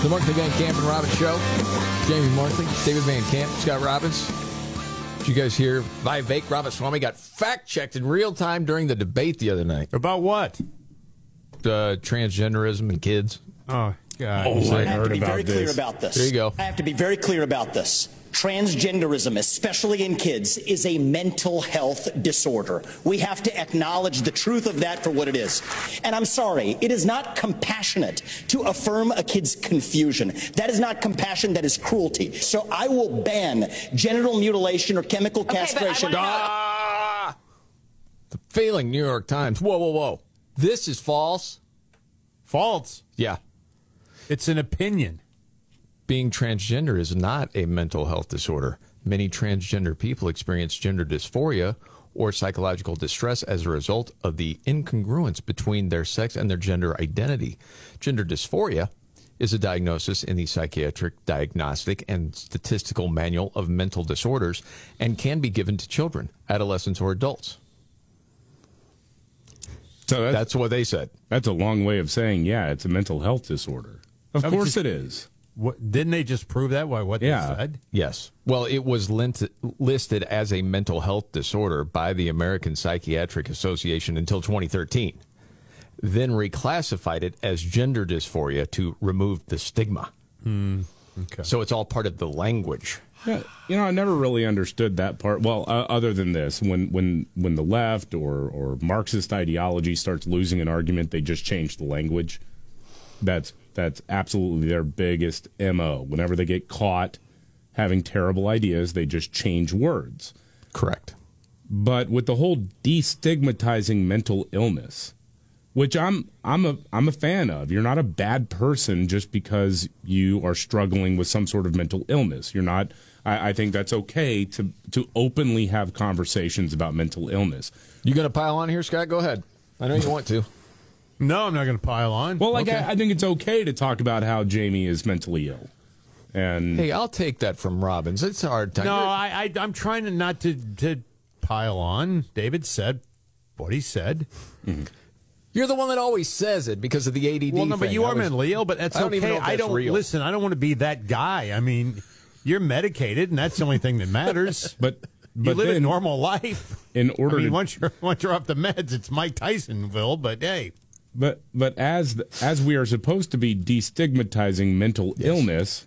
S2: The Markley Van Camp and Robbins Show. Jamie Markley, David Van Camp, Scott Robbins. Did you guys hear Vivek Ramaswamy got fact checked in real time during the debate the other night?
S3: About what?
S2: Uh, transgenderism and kids.
S3: Oh, God.
S21: I have to be very clear about this.
S2: There you go.
S21: I have to be very clear about this. Transgenderism, especially in kids, is a mental health disorder. We have to acknowledge the truth of that for what it is. And I'm sorry, it is not compassionate to affirm a kid's confusion. That is not compassion, that is cruelty. So I will ban genital mutilation or chemical castration.
S2: The failing New York Times. Whoa, whoa, whoa. This is false.
S3: False.
S2: Yeah.
S3: It's an opinion.
S2: Being transgender is not a mental health disorder. Many transgender people experience gender dysphoria or psychological distress as a result of the incongruence between their sex and their gender identity. Gender dysphoria is a diagnosis in the Psychiatric Diagnostic and Statistical Manual of Mental Disorders and can be given to children, adolescents, or adults.
S4: So that's,
S2: what they said.
S4: That's a long way of saying, yeah, it's a mental health disorder. Of
S3: I mean,
S4: course
S3: just-
S4: it is.
S3: What, didn't they just prove that by what they said?
S2: Yes. Well, it was lint- listed as a mental health disorder by the American Psychiatric Association until 2013,
S3: Hmm,
S2: then reclassified it as gender dysphoria to remove the stigma. So it's all part of the language.
S4: Yeah, you know, I never really understood that part. Well, uh, other than this, when when when the left or or Marxist ideology starts losing an argument, they just change the language. That's that's absolutely their biggest mo. Whenever they get caught having terrible ideas, they just change words.
S2: Correct.
S4: But with the whole destigmatizing mental illness, which I'm I'm a I'm a fan of. You're not a bad person just because you are struggling with some sort of mental illness. You're not. I, I think that's okay to to openly have conversations about mental illness.
S2: You gonna pile on here, Scott? Go ahead. I know you want to.
S4: No, I'm not going to pile on. Well, like
S2: Okay.
S4: I, I think it's okay to talk about how Jamie is mentally ill, and
S2: Hey, I'll take that from Robbins. It's a hard time.
S3: No,
S2: You're-
S3: I, I I'm trying to not to to pile on. David said what he said.
S2: You're the one that always says it because of the ADD.
S3: Well, no, but
S2: thing.
S3: you
S2: I
S3: are
S2: was-
S3: mentally ill, but that's
S2: I don't
S3: okay.
S2: even know if
S3: I
S2: that's
S3: don't
S2: real.
S3: listen. I don't want to be that guy. I mean, you're medicated, and that's the only thing that matters.
S4: [LAUGHS] but,
S3: you
S4: but
S3: live a
S4: then-
S3: normal life.
S4: in order
S3: I mean,
S4: to
S3: once you're [LAUGHS] once you're off the meds, it's Mike Tysonville. But hey,
S4: But but as the, as we are supposed to be destigmatizing mental illness,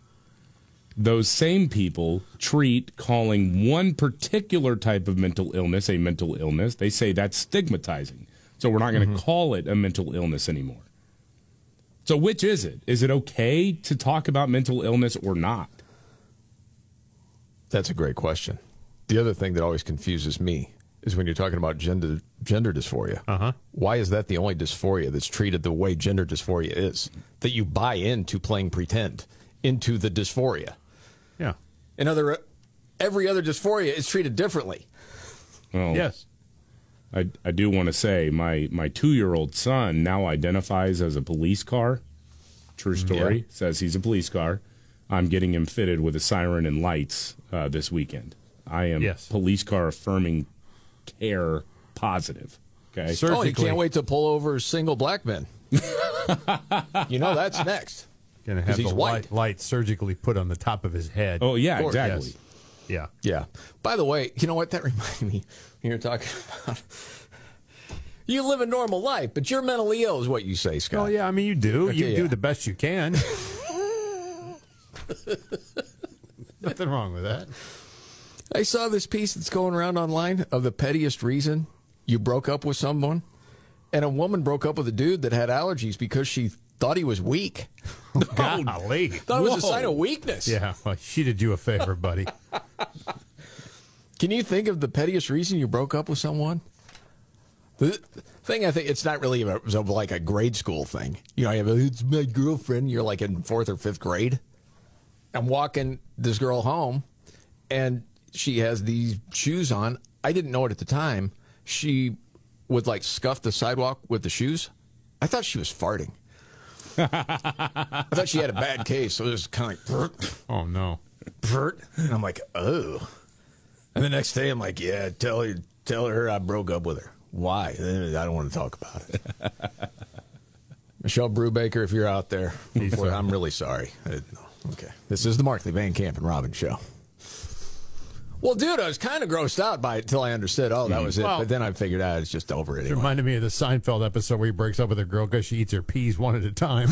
S4: those same people treat calling one particular type of mental illness a mental illness. They say that's stigmatizing. So we're not going to call it a mental illness anymore. So which is it? Is it okay to talk about mental illness or not?
S2: That's a great question. The other thing that always confuses me is when you're talking about gender gender dysphoria. Uh-huh. Why is that the only dysphoria that's treated the way gender dysphoria is? That you buy into playing pretend into the dysphoria.
S3: Yeah.
S2: In other every other dysphoria is treated differently.
S3: Oh,
S4: Well, yes. I, I do want to say my, my two year old son now identifies as a police car. True story.
S2: Mm, Yeah.
S4: Says he's a police car. I'm getting him fitted with a siren and lights uh, this weekend. I am
S3: Yes.
S4: police car affirming care positive. Okay.
S2: Oh, you can't wait to pull over single black men. [LAUGHS] you know that's next.
S3: gonna
S2: 'Cause
S3: have the
S2: he's
S3: light, light surgically put on the top of his head.
S2: Oh, yeah, Of course. exactly.
S3: Yes. Yeah.
S2: Yeah. By the way, you know what? That [LAUGHS] reminded me when you were talking about you live a normal life, but you're mentally ill, is what you say, Scott.
S3: Oh yeah, I mean you do.
S2: Okay,
S3: you
S2: yeah.
S3: do the best you
S2: [LAUGHS]
S3: can. Nothing wrong with that.
S2: I saw this piece that's going around online of the pettiest reason you broke up with someone. And a woman broke up with a dude that had allergies because she thought he was weak.
S3: [LAUGHS] Golly.
S2: [LAUGHS] Thought it was a sign of weakness.
S3: Yeah, well, she did you a favor, buddy.
S2: Can you think of the pettiest reason you broke up with someone? The thing I think it's not really about, it's like a grade school thing. You know, you have a, it's my girlfriend. You're like in fourth or fifth grade. I'm walking this girl home, and she has these shoes on. I didn't know it at the time. She would like scuff the sidewalk with the shoes. I thought she was farting. I thought she had a bad case, so it was kind of like,
S3: oh no,
S2: pert. [LAUGHS] And I'm like, oh. And the next day, I'm like, yeah, tell her, tell her I broke up with her. Why? I don't want to talk about it. [LAUGHS] Michelle Brubaker, if you're out there, boy, I'm really sorry. I didn't know. [LAUGHS] Okay, this is the Markley Van Camp and Robin show. Well, dude, I was kind of grossed out by it until I understood. Oh, that was it.
S3: Well-
S2: but then I figured out it's just over it.
S3: It
S2: Anyway.
S3: reminded me of the Seinfeld episode where he breaks up with a girl because she eats her peas one at a time.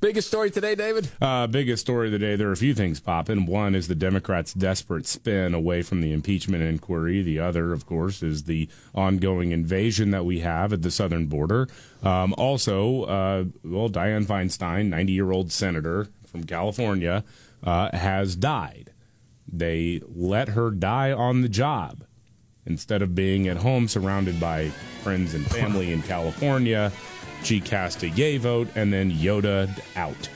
S2: Biggest story today, David.
S4: Uh, biggest story of the day. There are a few things popping. One is the Democrats' desperate spin away from the impeachment inquiry. The other, of course, is the ongoing invasion that we have at the southern border. Um, also, uh, well, Dianne Feinstein, 90 year old senator from California, uh, has died. They let her die on the job instead of being at home surrounded by friends and family in California. She cast a yay vote and then Yoda out.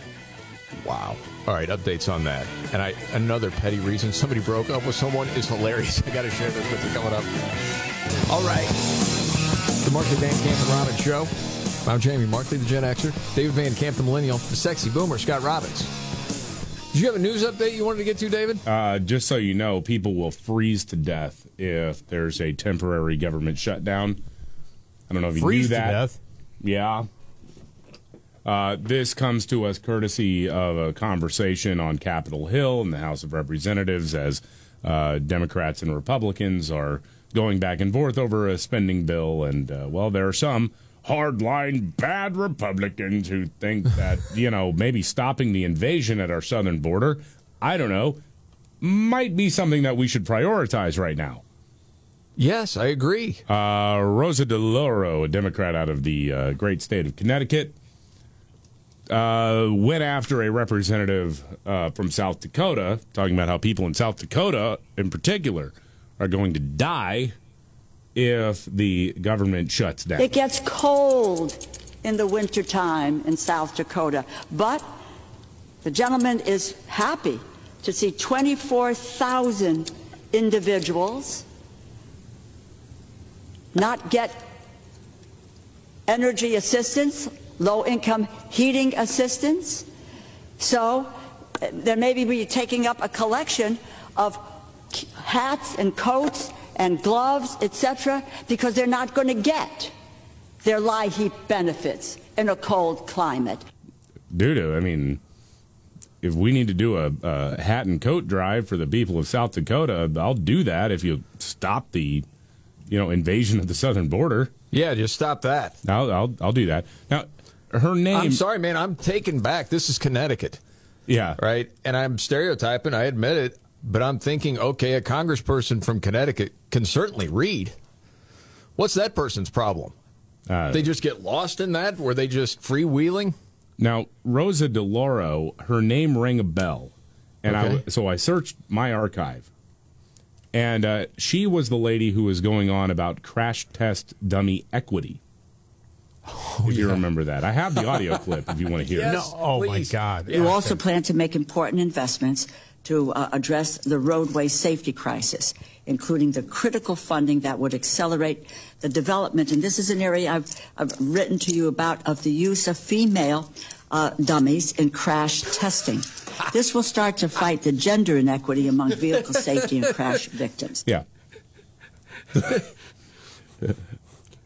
S2: Wow. All right, updates on that. And I another petty reason somebody broke up with someone is hilarious. [LAUGHS] I got to share this with you coming up. All right. The Markley Van Camp and Robbins Show. I'm Jamie Markley, the Gen Xer. David Van Camp, the Millennial. The Sexy Boomer, Scott Robbins. Did you have a news update you wanted to get to, David?
S4: Uh, just so you know, people will freeze to death if there's a temporary government shutdown. I don't know if you
S3: Freeze
S4: knew
S3: to
S4: that.
S3: death?
S4: Yeah. Uh, this comes to us courtesy of a conversation on Capitol Hill in the House of Representatives as uh, Democrats and Republicans are going back and forth over a spending bill. And, uh, well, there are some hardline bad Republicans who think [LAUGHS] that, you know, maybe stopping the invasion at our southern border, I don't know, might be something that we should prioritize right now.
S2: Yes, I agree.
S4: Uh, Rosa DeLauro, a Democrat out of the uh, great state of Connecticut, uh, went after a representative uh, from South Dakota, talking about how people in South Dakota, in particular, are going to die if the government shuts down.
S6: It gets cold in the wintertime in South Dakota, but the gentleman is happy to see 24,000 individuals not get energy assistance, low income heating assistance. So uh, there may be taking up a collection of k- hats and coats and gloves, etc., because they're not going to get their LIHEAP benefits in a cold climate.
S4: due to. I mean, if we need to do a, a hat and coat drive for the people of South Dakota, I'll do that if you stop the, you know, invasion of the southern border.
S2: Yeah, just stop that.
S4: I'll I'll, I'll do that. Now, her name.
S2: I'm sorry, man. I'm taken back. This is Connecticut.
S4: Yeah.
S2: Right. And I'm stereotyping. I admit it. But I'm thinking, okay, a congressperson from Connecticut can certainly read. What's that person's problem? they just get lost in that? Were they just freewheeling?
S4: Now, Rosa DeLauro, her name rang a bell, and I
S2: Okay.
S4: w- so I searched my archive, and uh, she was the lady who was going on about crash test dummy equity. Oh, if you remember that, I have the audio clip if you want to hear. it.
S6: You also plan to make important investments to uh, address the roadway safety crisis, including the critical funding that would accelerate the development. And this is an area I've, I've written to you about of the use of female uh, dummies in crash testing. This will start to fight the gender inequity among vehicle safety and crash victims.
S4: Yeah.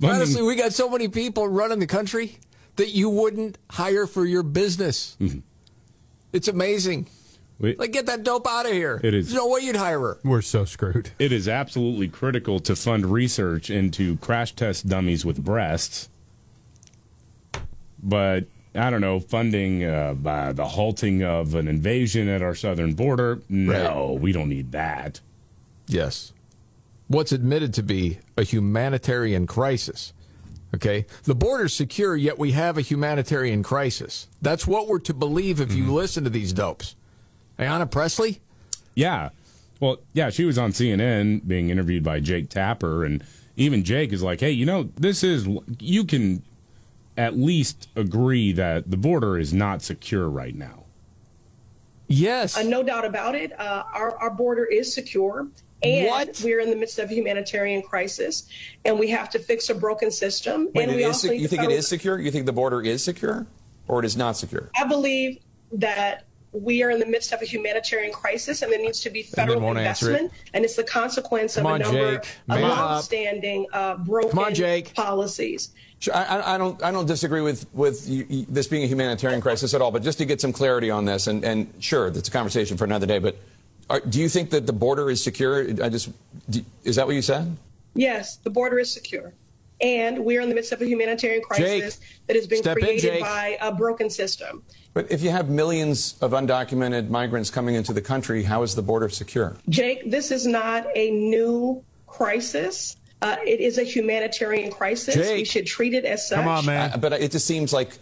S2: Honestly, we got so many people running the country that you wouldn't hire for your business.
S4: Mm-hmm.
S2: It's amazing.
S4: We-
S2: like, get that dope out of here.
S4: It is.
S2: There's no way you'd hire her.
S3: We're so screwed.
S4: It is absolutely critical to fund research into crash test dummies with breasts. But I don't know, funding uh, by the halting of an invasion at our southern border. No, we don't need that.
S2: Yes. What's admitted to be a humanitarian crisis. Okay. The border's secure, yet we have a humanitarian crisis. That's what we're to believe if
S3: Mm-hmm.
S2: you listen to these dopes. Ayanna Presley?
S4: Yeah. Well, yeah, she was on CNN being interviewed by Jake Tapper, and even Jake is like, hey, you know, this is, you can at least agree that the border is not secure right now.
S2: Yes.
S5: Uh, no doubt about it. Uh, our, our border is secure. And
S2: What?
S5: we're in the midst of a humanitarian crisis, and we have to fix a broken system.
S20: Wait,
S5: and
S20: it
S5: we
S20: is,
S5: need
S20: you
S5: to
S20: think it
S5: federal-
S20: is secure? You think the border is secure, or it is not secure?
S5: I believe that we are in the midst of a humanitarian crisis, and there needs to be federal
S20: won't answer it.
S5: investment, and it's the consequence
S20: Come
S5: of
S20: on,
S5: a number
S20: Jake.
S5: of
S20: Man up.
S5: longstanding uh, broken policies.
S20: Sure, I, I- I don't. I don't disagree with with you, you- this being a humanitarian crisis at all. But just to get some clarity on this, and and sure, that's a conversation for another day. But are, do you think that the border is secure? I just do, is that what you said?
S5: Yes, the border is secure. And we're in the midst of a humanitarian crisis that has been
S20: Step in,
S5: created
S20: Jake.
S5: by a broken system.
S20: But if you have millions of undocumented migrants coming into the country, how is the border secure?
S5: Jake, this is not a new crisis. Uh, it is a humanitarian crisis. We
S20: Jake.
S5: should treat it as such.
S20: I- but it just seems like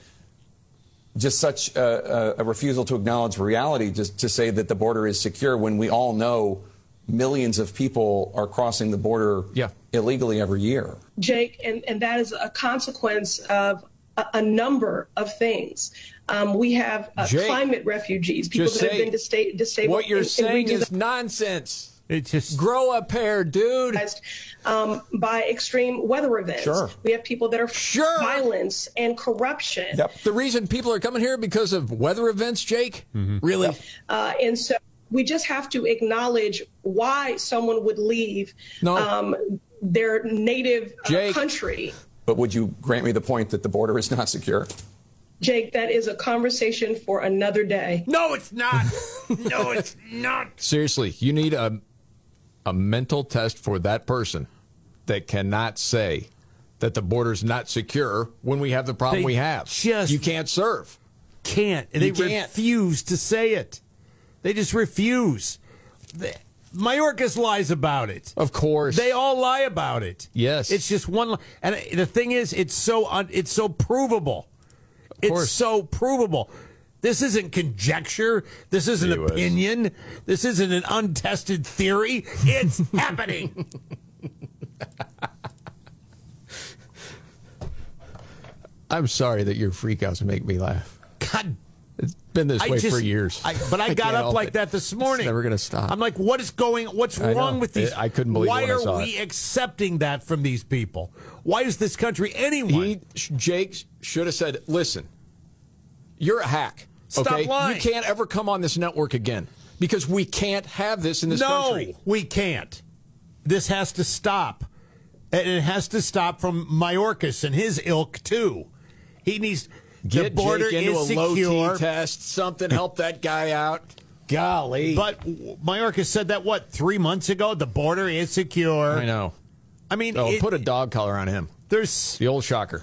S20: just such a, a, a refusal to acknowledge reality, just to say that the border is secure when we all know millions of people are crossing the border illegally every year.
S5: Jake, and, and that is a consequence of a, a number of things. Um, we have uh,
S2: Jake,
S5: climate refugees, people
S2: just
S5: that have
S2: say
S5: been dista- disabled.
S2: What you're
S5: in- in
S2: saying
S5: regions
S2: is nonsense.
S3: It's just
S2: grow a pair, dude.
S5: um, by extreme weather events.
S2: Sure.
S5: We have people that are violence and corruption.
S2: The reason people are coming here because of weather events, Jake?
S3: Mm-hmm.
S2: Really?
S5: Uh, and so we just have to acknowledge why someone would leave
S20: No.
S5: um, their native uh,
S20: Jake.
S5: country.
S20: But would you grant me the point that the border is not secure?
S5: Jake, that is a conversation for another day.
S2: No, it's not.
S3: no,
S5: [LAUGHS]
S3: it's not.
S2: Seriously, you need a a mental test for that person that cannot say that the border's not secure when we have the
S3: [LAUGHS]
S2: problem
S3: They
S2: we have.
S3: just
S2: you can't serve.
S3: Can't. And
S2: You
S3: they
S2: can't.
S3: refuse to say it. They just refuse. The- Mayorkas lies about it.
S2: Of course.
S3: They all lie about it.
S2: Yes.
S3: It's just one li- and the thing is it's so un- it's so provable.
S2: course.
S3: It's so provable. This isn't conjecture. This isn't
S2: Gee whiz.
S3: opinion. This isn't an untested theory. It's [LAUGHS] happening.
S2: I'm sorry that your freakouts make me laugh.
S3: God,
S2: it's been this
S3: I
S2: way for
S3: just-
S2: years.
S3: I- but
S2: [LAUGHS]
S3: I, got
S2: can't
S3: up
S2: help
S3: like
S2: it.
S3: that this morning.
S2: It's never going to stop.
S3: I'm like, what is going? What's
S2: I know.
S3: wrong with these?
S2: I couldn't believe it
S3: Why
S2: when I
S3: are
S2: saw
S3: we accepting that from these people? Why is this country anyone?
S2: He, Jake should have said, listen, you're a hack.
S3: Stop
S2: okay?
S3: lying.
S2: You can't ever come on this network again because we can't have this in this
S3: no,
S2: country.
S3: we can't. This has to stop, and it has to stop from Mayorkas and his ilk too. He needs the
S2: Get
S3: border
S2: Jake into
S3: is
S2: a
S3: secure.
S2: low T test, something, help that guy out. Golly.
S3: But Mayorkas said that what three months ago? The border is secure.
S2: I know.
S3: I mean,
S2: Oh,
S3: it-
S2: put a dog collar on him.
S3: There's
S2: the old shocker.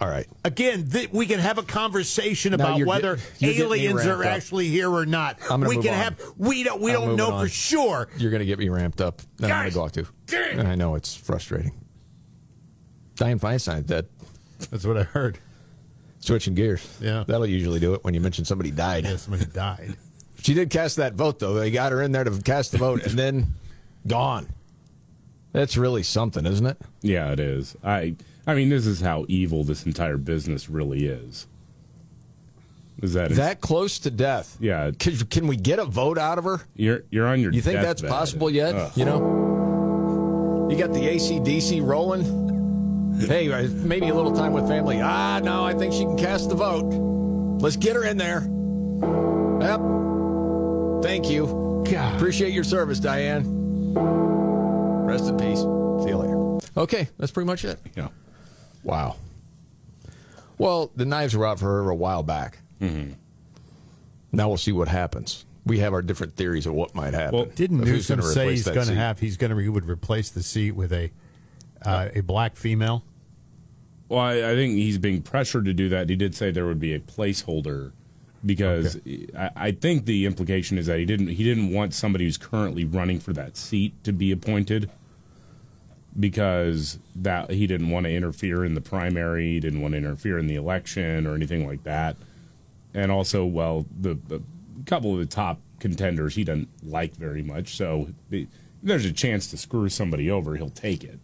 S2: All right.
S3: Again, th- we can have a conversation
S2: No,
S3: about
S2: you're
S3: whether
S2: get- you're getting me
S3: aliens are
S2: ramped up.
S3: actually here or not.
S2: I'm gonna
S3: we
S2: move
S3: can
S2: on.
S3: have we don't we
S2: I'm
S3: don't
S2: moving
S3: know
S2: on.
S3: for sure.
S2: You're going to get me ramped up. Then I'm going to go out to. I know it's frustrating. Diane Feinstein dead.
S3: That's what I heard.
S2: Switching gears.
S3: Yeah.
S2: That'll usually do it when you mention somebody died.
S3: Yeah, somebody died.
S2: She did cast that vote, though. They got her in there to cast the vote, and then gone. That's really something, isn't it?
S4: Yeah, it is. I I mean, this is how evil this entire business really is. Is that
S2: That close to death.
S4: Yeah.
S2: Can, can we get a vote out of her?
S4: You're you're on your.
S2: You think that's
S4: deathbed.
S2: possible yet?
S4: Ugh.
S2: You know? You got the ACDC rolling? hey, uh, maybe a little time with family. Ah, no, I think she can cast the vote. Let's get her in there. Yep. Thank you.
S3: God.
S2: Appreciate your service, Diane. Rest in peace. See you later. Okay, that's pretty much it.
S4: Yeah.
S2: Wow. Well, the knives were out for her a while back. Mm-hmm. Now we'll see what happens. We have our different theories of what might happen.
S3: Well, didn't
S2: of who's
S3: Newsom
S2: gonna
S3: say
S2: replace
S3: he's
S2: that
S3: going to
S2: seat.
S3: have he's going to he would replace the seat with a uh, a black female?
S4: Well, I, I think he's being pressured to do that. He did say there would be a placeholder because I, I think the implication is that he didn't he didn't want somebody who's currently running for that seat to be appointed because that he didn't want to interfere in the primary, he didn't want to interfere in the election or anything like that. And also, well, the, the couple of the top contenders he doesn't like very much, so the, there's a chance to screw somebody over. He'll take it.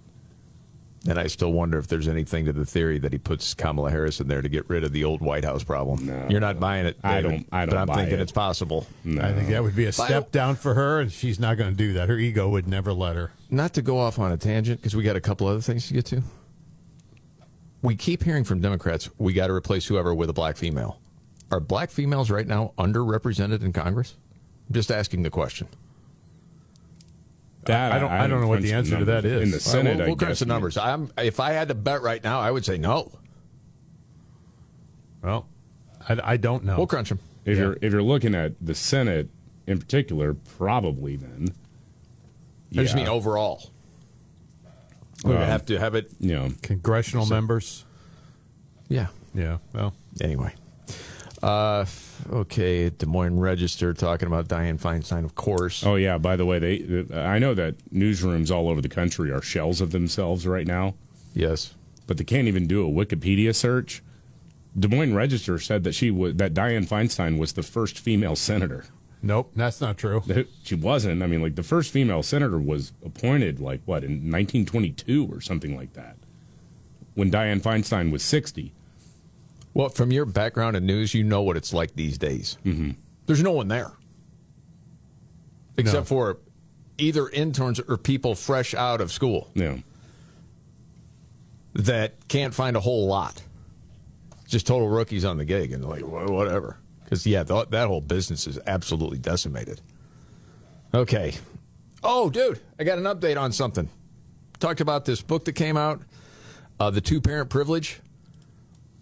S2: And I still wonder if there's anything to the theory that he puts Kamala Harris in there to get rid of the old White House problem. You're not buying it.
S4: I
S2: David,
S4: don't- I
S2: But
S4: don't
S2: I'm
S4: buy
S2: thinking
S4: it.
S2: it's possible.
S3: I think that would be a
S2: But I
S3: step down for her, and she's not going to do that. Her ego would never let her.
S2: not to go off on a tangent because we got a couple other things to get to. We keep hearing from Democrats we got to replace whoever with a black female. Are black females right now underrepresented in Congress? I'm just asking the question.
S4: That
S3: I don't- I don't know what the
S4: crunched
S3: answer to that
S4: numbers.
S3: is.
S4: In the
S3: All right,
S2: All right,
S4: Senate,
S2: we'll,
S4: I
S2: we'll crunch
S4: guess.
S2: the numbers. I'm, if I had to bet right now, I would say no.
S3: Well, I, I don't know.
S2: We'll crunch them.
S4: If you're if you're looking at the Senate in particular, probably then.
S2: I just
S4: Yeah.
S2: mean overall. We would
S4: Um,
S2: have to have it.
S4: You know,
S3: Congressional members.
S2: Yeah.
S3: Yeah. Well.
S2: Anyway. Uh, okay, Des Moines Register talking about Diane Feinstein, of course.
S4: Oh yeah. By the way, they. th- I know that newsrooms all over the country are shells of themselves right now.
S2: Yes.
S4: But they can't even do a Wikipedia search. Des Moines Register said that she was that Dianne Feinstein was the first female senator.
S3: Nope, that's not true.
S4: She wasn't. I mean, like the first female senator was appointed like what in 1922 or something like that, when Dianne Feinstein was 60.
S2: Well, from your background in news, you know what it's like these days. Mm-hmm. There's no one there except for either interns or people fresh out of school
S4: Yeah.
S2: that can't find a whole lot. Just total rookies on the gig and like wha- whatever. Because yeah, th- that whole business is absolutely decimated. Okay. Oh, dude, I got an update on something. Talked about this book that came out, uh, the two parent privilege,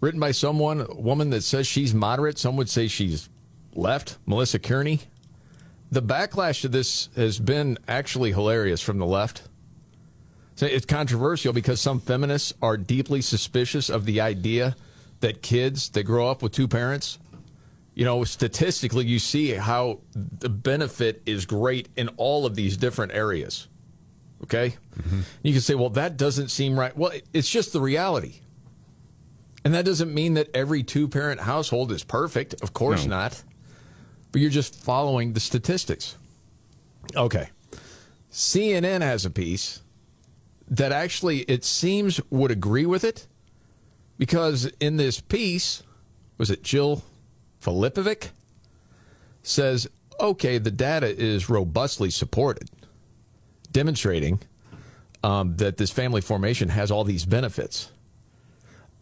S2: written by someone, a woman that says she's moderate. Some would say she's left, Melissa Kearney. The backlash to this has been actually hilarious from the left So it's controversial because some feminists are deeply suspicious of the idea that kids that grow up with two parents, you know, statistically, you see how the benefit is great in all of these different areas. Okay? You can say, well, that doesn't seem right. Well, it- it's just the reality. And that doesn't mean that every two parent household is perfect. Of course
S22: No.
S2: not. But you're just following the statistics. Okay. CNN has a piece that actually it seems would agree with it because in this piece, was it Jill Filipovic? Says, okay, the data is robustly supported, demonstrating um, that this family formation has all these benefits.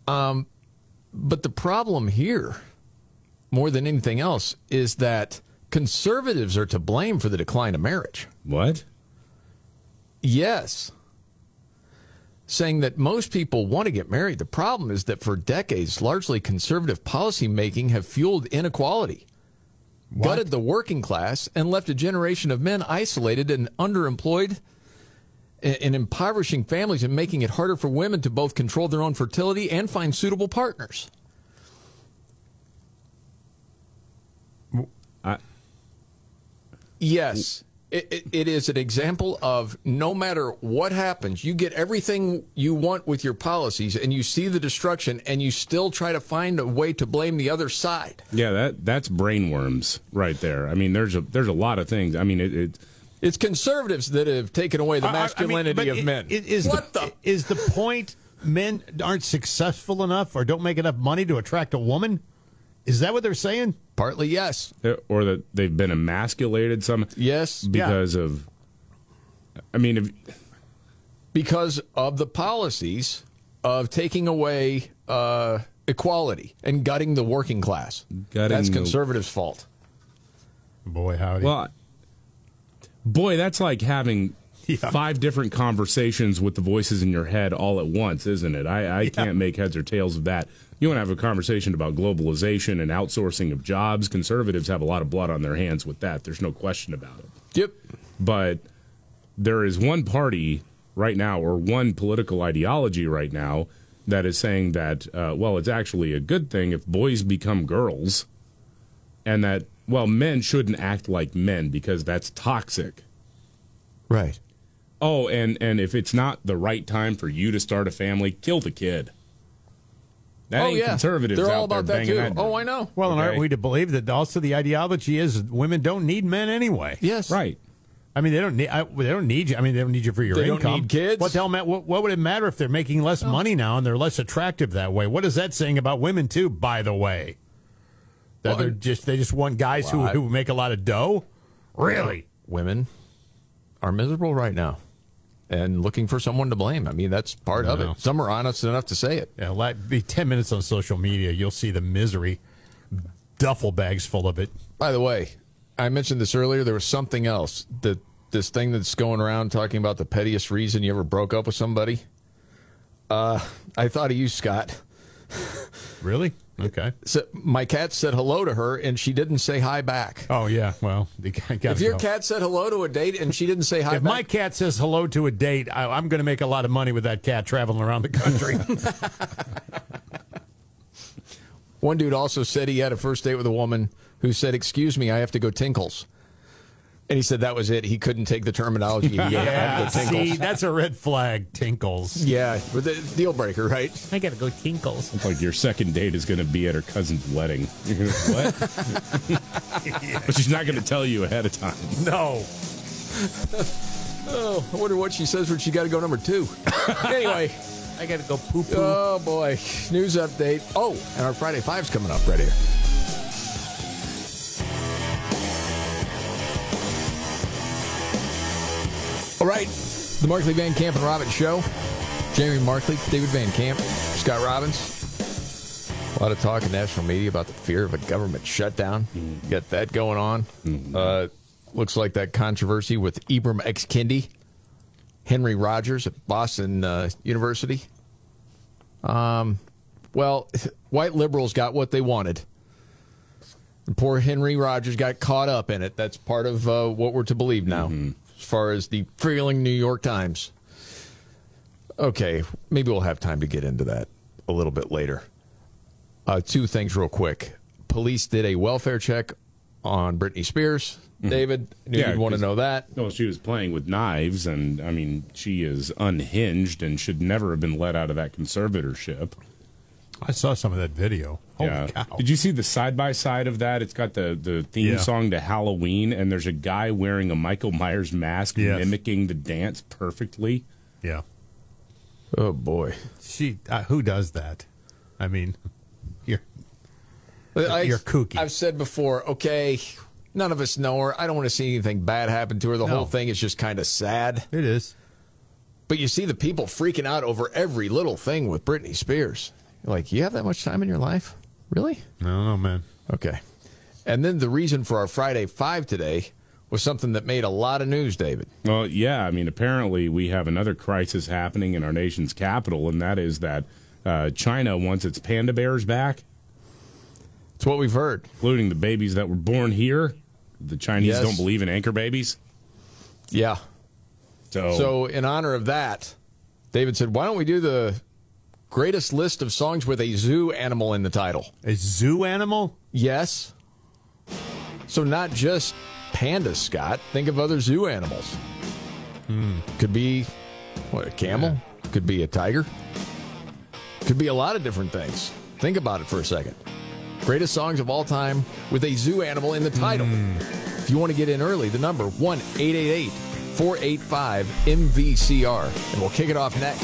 S2: Um, but the problem here, more than anything else, is that conservatives are to blame for the decline of marriage.
S4: What?
S2: Yes. Saying that most people want to get married. The problem is that for decades, largely conservative policymaking have fueled inequality, gutted the working class, and left a generation of men isolated and underemployed and and impoverishing families and making it harder for women to both control their own fertility and find suitable partners.
S4: I,
S2: Yes. It, it, it is an example of no matter what happens, you get everything you want with your policies and you see the destruction and you still try to find a way to blame the other side.
S4: Yeah, that that's brainworms right there. I mean, there's a there's a lot of things. I mean, it, it
S2: it's conservatives that have taken away
S4: I-
S2: the
S4: I- I mean,
S2: masculinity
S4: but
S2: of
S4: it-
S2: men.
S3: Is, is
S2: what
S3: the, is the point men aren't successful enough or don't make enough money to attract a woman? Is that what they're saying?
S2: Partly, yes.
S4: or that they've been emasculated some.
S2: Yes,
S4: because of. I mean, if,
S2: because of the policies of taking away uh, equality and gutting the working class.
S4: Gutting
S2: That's
S4: the-
S2: conservatives' fault.
S3: boy, howdy.
S4: Well, boy, that's like
S3: [LAUGHS]
S4: having five different conversations with the voices in your head all at once, isn't it? I, I can't make heads or tails of that. You want to have a conversation about globalization and outsourcing of jobs. Conservatives have a lot of blood on their hands with that. There's no question about it.
S2: Yep.
S4: But there is one party right now, or one political ideology right now, that is saying that, uh, well, it's actually a good thing if boys become girls and that well men shouldn't act like men because that's toxic
S2: right
S4: oh and and if it's not the right time for you to start a family kill the kid that
S2: Oh,
S4: ain't
S2: yeah.
S4: conservatives
S2: They're
S4: out
S2: all about
S4: there
S2: that,
S4: banging
S2: too. Oh, I know.
S3: Well, and aren't
S4: Okay.
S3: we to believe that also the ideology is women don't need men anyway?
S2: Yes,
S4: right.
S3: I mean, they don't need. I, they don't need you. I mean, they don't need you for your
S2: They don't
S3: income.
S2: need kids. Oh.
S3: What the hell, Matt? What, what would it matter if they're making less money now and they're less attractive that way? What is that saying about women too? By the way, that
S2: Well,
S3: they're
S2: and-
S3: just they just want guys
S2: Well, I-
S3: who, who make a lot of dough. Really?
S2: Women are miserable right now and looking for someone to blame. I mean, that's part of
S3: Yeah.
S2: it. Some are honest enough to say it.
S3: Yeah, let, be ten minutes on social media, you'll see the misery, duffel bags full of it.
S2: By the way, I mentioned this earlier. There was something else that this thing that's going around talking about the pettiest reason you ever broke up with somebody. Uh, I thought of you, Scott. [LAUGHS]
S3: Really? Okay.
S2: So my cat said hello to her and she didn't say hi back.
S3: Oh yeah. Well, [LAUGHS] the guy got
S2: if your cat said hello to a date and she didn't say hi
S3: if
S2: back,
S3: my cat says hello to a date, I, I'm going to make a lot of money with that cat traveling around the
S2: [LAUGHS]
S3: country.
S2: One dude also said he had a first date with a woman who said, "Excuse me, I have to go tinkles," and he said that was it. He couldn't take the terminology. He had to
S3: yeah,
S2: go tinkles.
S3: see, that's a red flag. Tinkles.
S2: yeah, but the deal breaker, right?
S3: I gotta go tinkles.
S4: It's like your second date is going to be at her cousin's wedding. [LAUGHS] You're gonna-
S2: [LAUGHS]
S4: what? but she's not going to tell you ahead of time.
S2: [LAUGHS]
S3: No.
S2: oh, I wonder what she says when she got to go number two. [LAUGHS] anyway,
S3: I got to go poop.
S2: Oh boy, news update. Oh, and our Friday Five's coming up right here. All right, the Markley Van Camp and Robbins show. Jamie Markley, David Van Camp, Scott Robbins. A lot of talk in national media about the fear of a government shutdown. You got that going on. Uh, looks like that controversy with Ibram X. Kendi, Henry Rogers at Boston uh, University. Um, well, [LAUGHS] white liberals got what they wanted. And poor Henry Rogers got caught up in it. That's part of uh, what we're to believe now, as far as the prevailing New York Times. Okay, maybe we'll have time to get into that a little bit later. Uh, two things, real quick. Police did a welfare check on Britney Spears. David, I knew you'd want to
S4: 'cause-
S2: know that.
S4: Mm-hmm. No, she was playing with knives, and I mean, she is unhinged and should never have been let out of that conservatorship.
S3: I saw some of that video. Holy cow.
S4: Did you see the side by side of that? It's got the, the theme
S3: Yeah.
S4: song to Halloween, and there's a guy wearing a Michael Myers mask
S3: Yes.
S4: mimicking the dance perfectly.
S3: Yeah.
S2: Oh boy.
S3: She uh, who does that? I mean, [LAUGHS] you're
S2: I,
S3: you're kooky.
S2: I've said before, okay, none of us know her. I don't want to see anything bad happen to her. The
S3: No.
S2: whole thing is just kind of sad.
S3: It is.
S2: But you see the people freaking out over every little thing with Britney Spears. You're like, you have that much time in your life? Really?
S3: I don't know, man.
S2: Okay. And then the reason for our Friday Five today was something that made a lot of news, David.
S4: Well, yeah. I mean, apparently we have another crisis happening in our nation's capital, and that is that uh, China wants its panda bears back.
S2: It's what we've heard,
S4: including the babies that were born here. The Chinese
S2: Yes.
S4: don't believe in anchor babies.
S2: Yeah.
S4: So,
S2: So, in honor of that, David said, why don't we do the greatest list of songs with a zoo animal in the title?
S3: A zoo animal?
S2: Yes. So, not just pandas, Scott. Think of other zoo animals.
S3: Hmm.
S2: Could be what, a camel, could be a tiger, could be a lot of different things. Think about it for a second. Greatest songs of all time with a zoo animal in the title. If you want to get in early, the number 1 888 485 MVCR. And we'll kick it off next.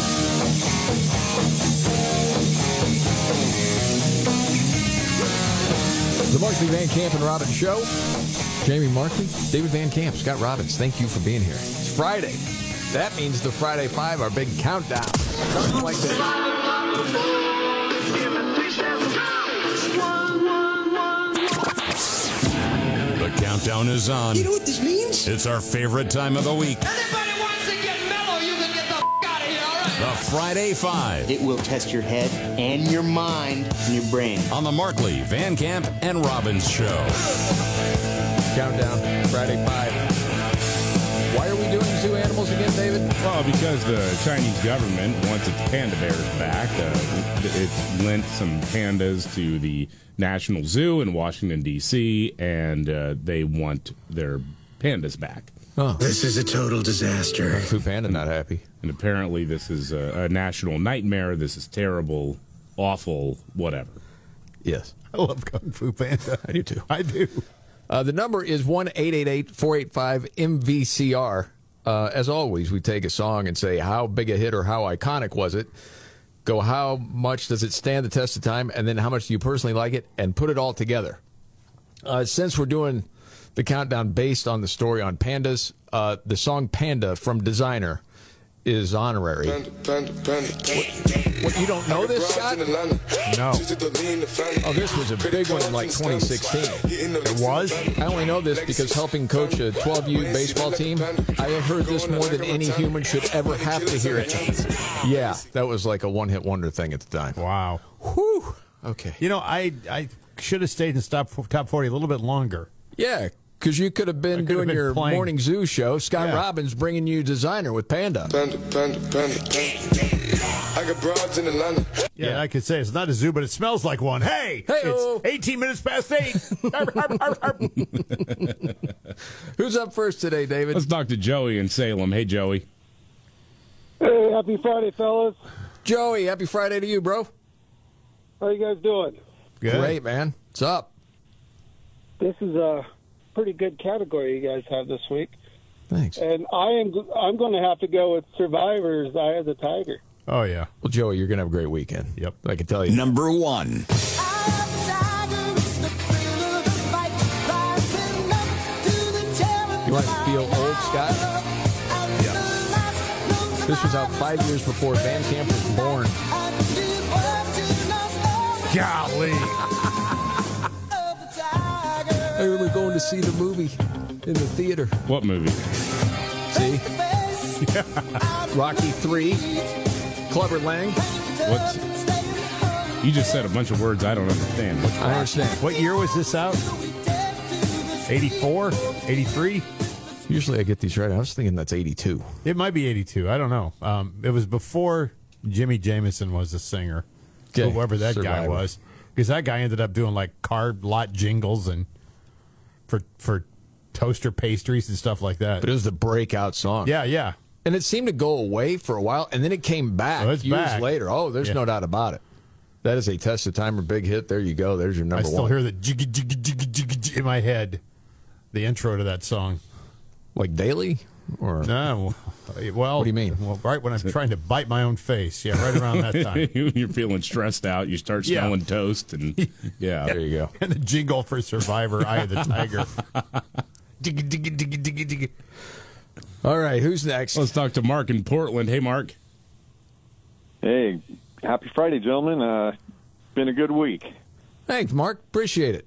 S2: The Markley Van Camp and Robbins Show. Jamie Markley, David Van Camp, Scott Robbins, thank you for being here. It's Friday. That means the Friday Five, our big countdown. Something like this.
S22: The countdown is on.
S17: You know what this means?
S22: It's our favorite time of the week. The Friday Five. It will test your head and your mind and your brain. On the Markley, Van Camp, and Robbins Show.
S2: Countdown, Friday Five. Why are we doing zoo animals again, David?
S4: Well, because the Chinese government wants its panda bears back, uh, it lent some pandas to the National Zoo in Washington, D.C., and uh, they want their pandas back.
S2: This
S4: is a total disaster.
S2: Fu Panda not happy.
S4: And apparently, this is a, a national nightmare. This is terrible, awful, whatever.
S2: Yes.
S3: I love Kung Fu [LAUGHS] Panda.
S2: I do too.
S3: I do.
S2: Uh, the number is 1 485 MVCR. Uh, as always, we take a song and say, How big a hit or how iconic was it? Go, How much does it stand the test of time? And then, How much do you personally like it? And put it all together. Uh, since we're doing the countdown based on the story on pandas, uh, the song Panda from Designer is honorary.
S9: Panda, panda. What,
S2: you don't know this, Scott?
S9: No.
S2: Oh, this was a big one in like 2016. It was? I only know this because helping coach a 12 U baseball team, I have heard this more than any human should ever have to hear it. Yeah, that was like a one hit wonder thing at the time.
S3: Wow.
S2: Whew. Okay.
S3: You know, I I should have stayed in top top forty a little bit longer.
S2: Yeah, because you could have been
S3: could have
S2: doing
S3: been
S2: your
S3: playing-
S2: morning zoo show. Scott
S3: Yeah.
S2: Robbins bringing you designer with Panda.
S9: Panda, panda, panda. I got broads in Atlanta.
S3: Yeah, I could say it's not a zoo, but it smells like one. Hey, it's eighteen minutes past eight. Arr, arr, arr, arr.
S2: Who's up first today, David?
S4: Let's talk to Joey in Salem. Hey, Joey.
S7: Hey, happy Friday, fellas.
S2: Joey, happy Friday to you, bro.
S7: How you guys doing?
S2: Good. Great, man. What's up?
S7: This is a pretty good category you guys have this week.
S2: Thanks.
S7: And I am I'm going to have to go with Survivor's Eye of the Tiger.
S3: Oh, yeah.
S2: Well, Joey, you're going to have a great weekend. Yep. I can tell you.
S22: Number one.
S2: You want to feel old, Scott? Yeah. This was out five years before Van Camp was born.
S3: Golly.
S2: I remember going to see the movie. in the theater.
S4: What movie?
S2: See?
S4: [LAUGHS]
S2: Rocky 3. Clever Lang.
S4: What? You just said a bunch of words I don't understand. What,
S2: I understand.
S3: What year was this out? 84? 83?
S2: Usually I get these right. I was thinking that's 82.
S3: It might be 82. I don't know. Um, it was before Jimmy Jameson was the singer,
S2: Okay.
S3: whoever that guy
S2: Survivor.
S3: was, because that guy ended up doing like car lot jingles and for for toaster pastries and stuff like that.
S2: But it was the breakout song.
S3: Yeah, yeah.
S2: And it seemed to go away for a while, and then it came back
S3: Oh, it's
S2: years
S3: back.
S2: later. Oh, there's
S3: Yeah.
S2: no doubt about it. That is a test of time or big hit. There you go. There's your number
S3: I still
S2: one.
S3: hear the jiggy, jiggy, jiggy, jiggy, jiggy in my head, the intro to that song.
S2: Like daily, or
S3: no? Well, what do you mean? Well, right when I'm trying to bite my own face, yeah, [LAUGHS] right around
S4: [LAUGHS]
S3: that time.
S4: You're feeling stressed out. You start
S3: Yeah.
S4: smelling toast, and
S3: [LAUGHS]
S4: yeah,
S2: there you go.
S3: and the jingle for Survivor, Eye of the
S4: [LAUGHS]
S3: Tiger.
S2: Diggy, diggy, diggy, diggy, diggy. All right, who's next?
S4: Let's talk to Mark in Portland. Hey, Mark.
S8: Hey, happy Friday, gentlemen. Uh, been a good week.
S2: Thanks, Mark. Appreciate it.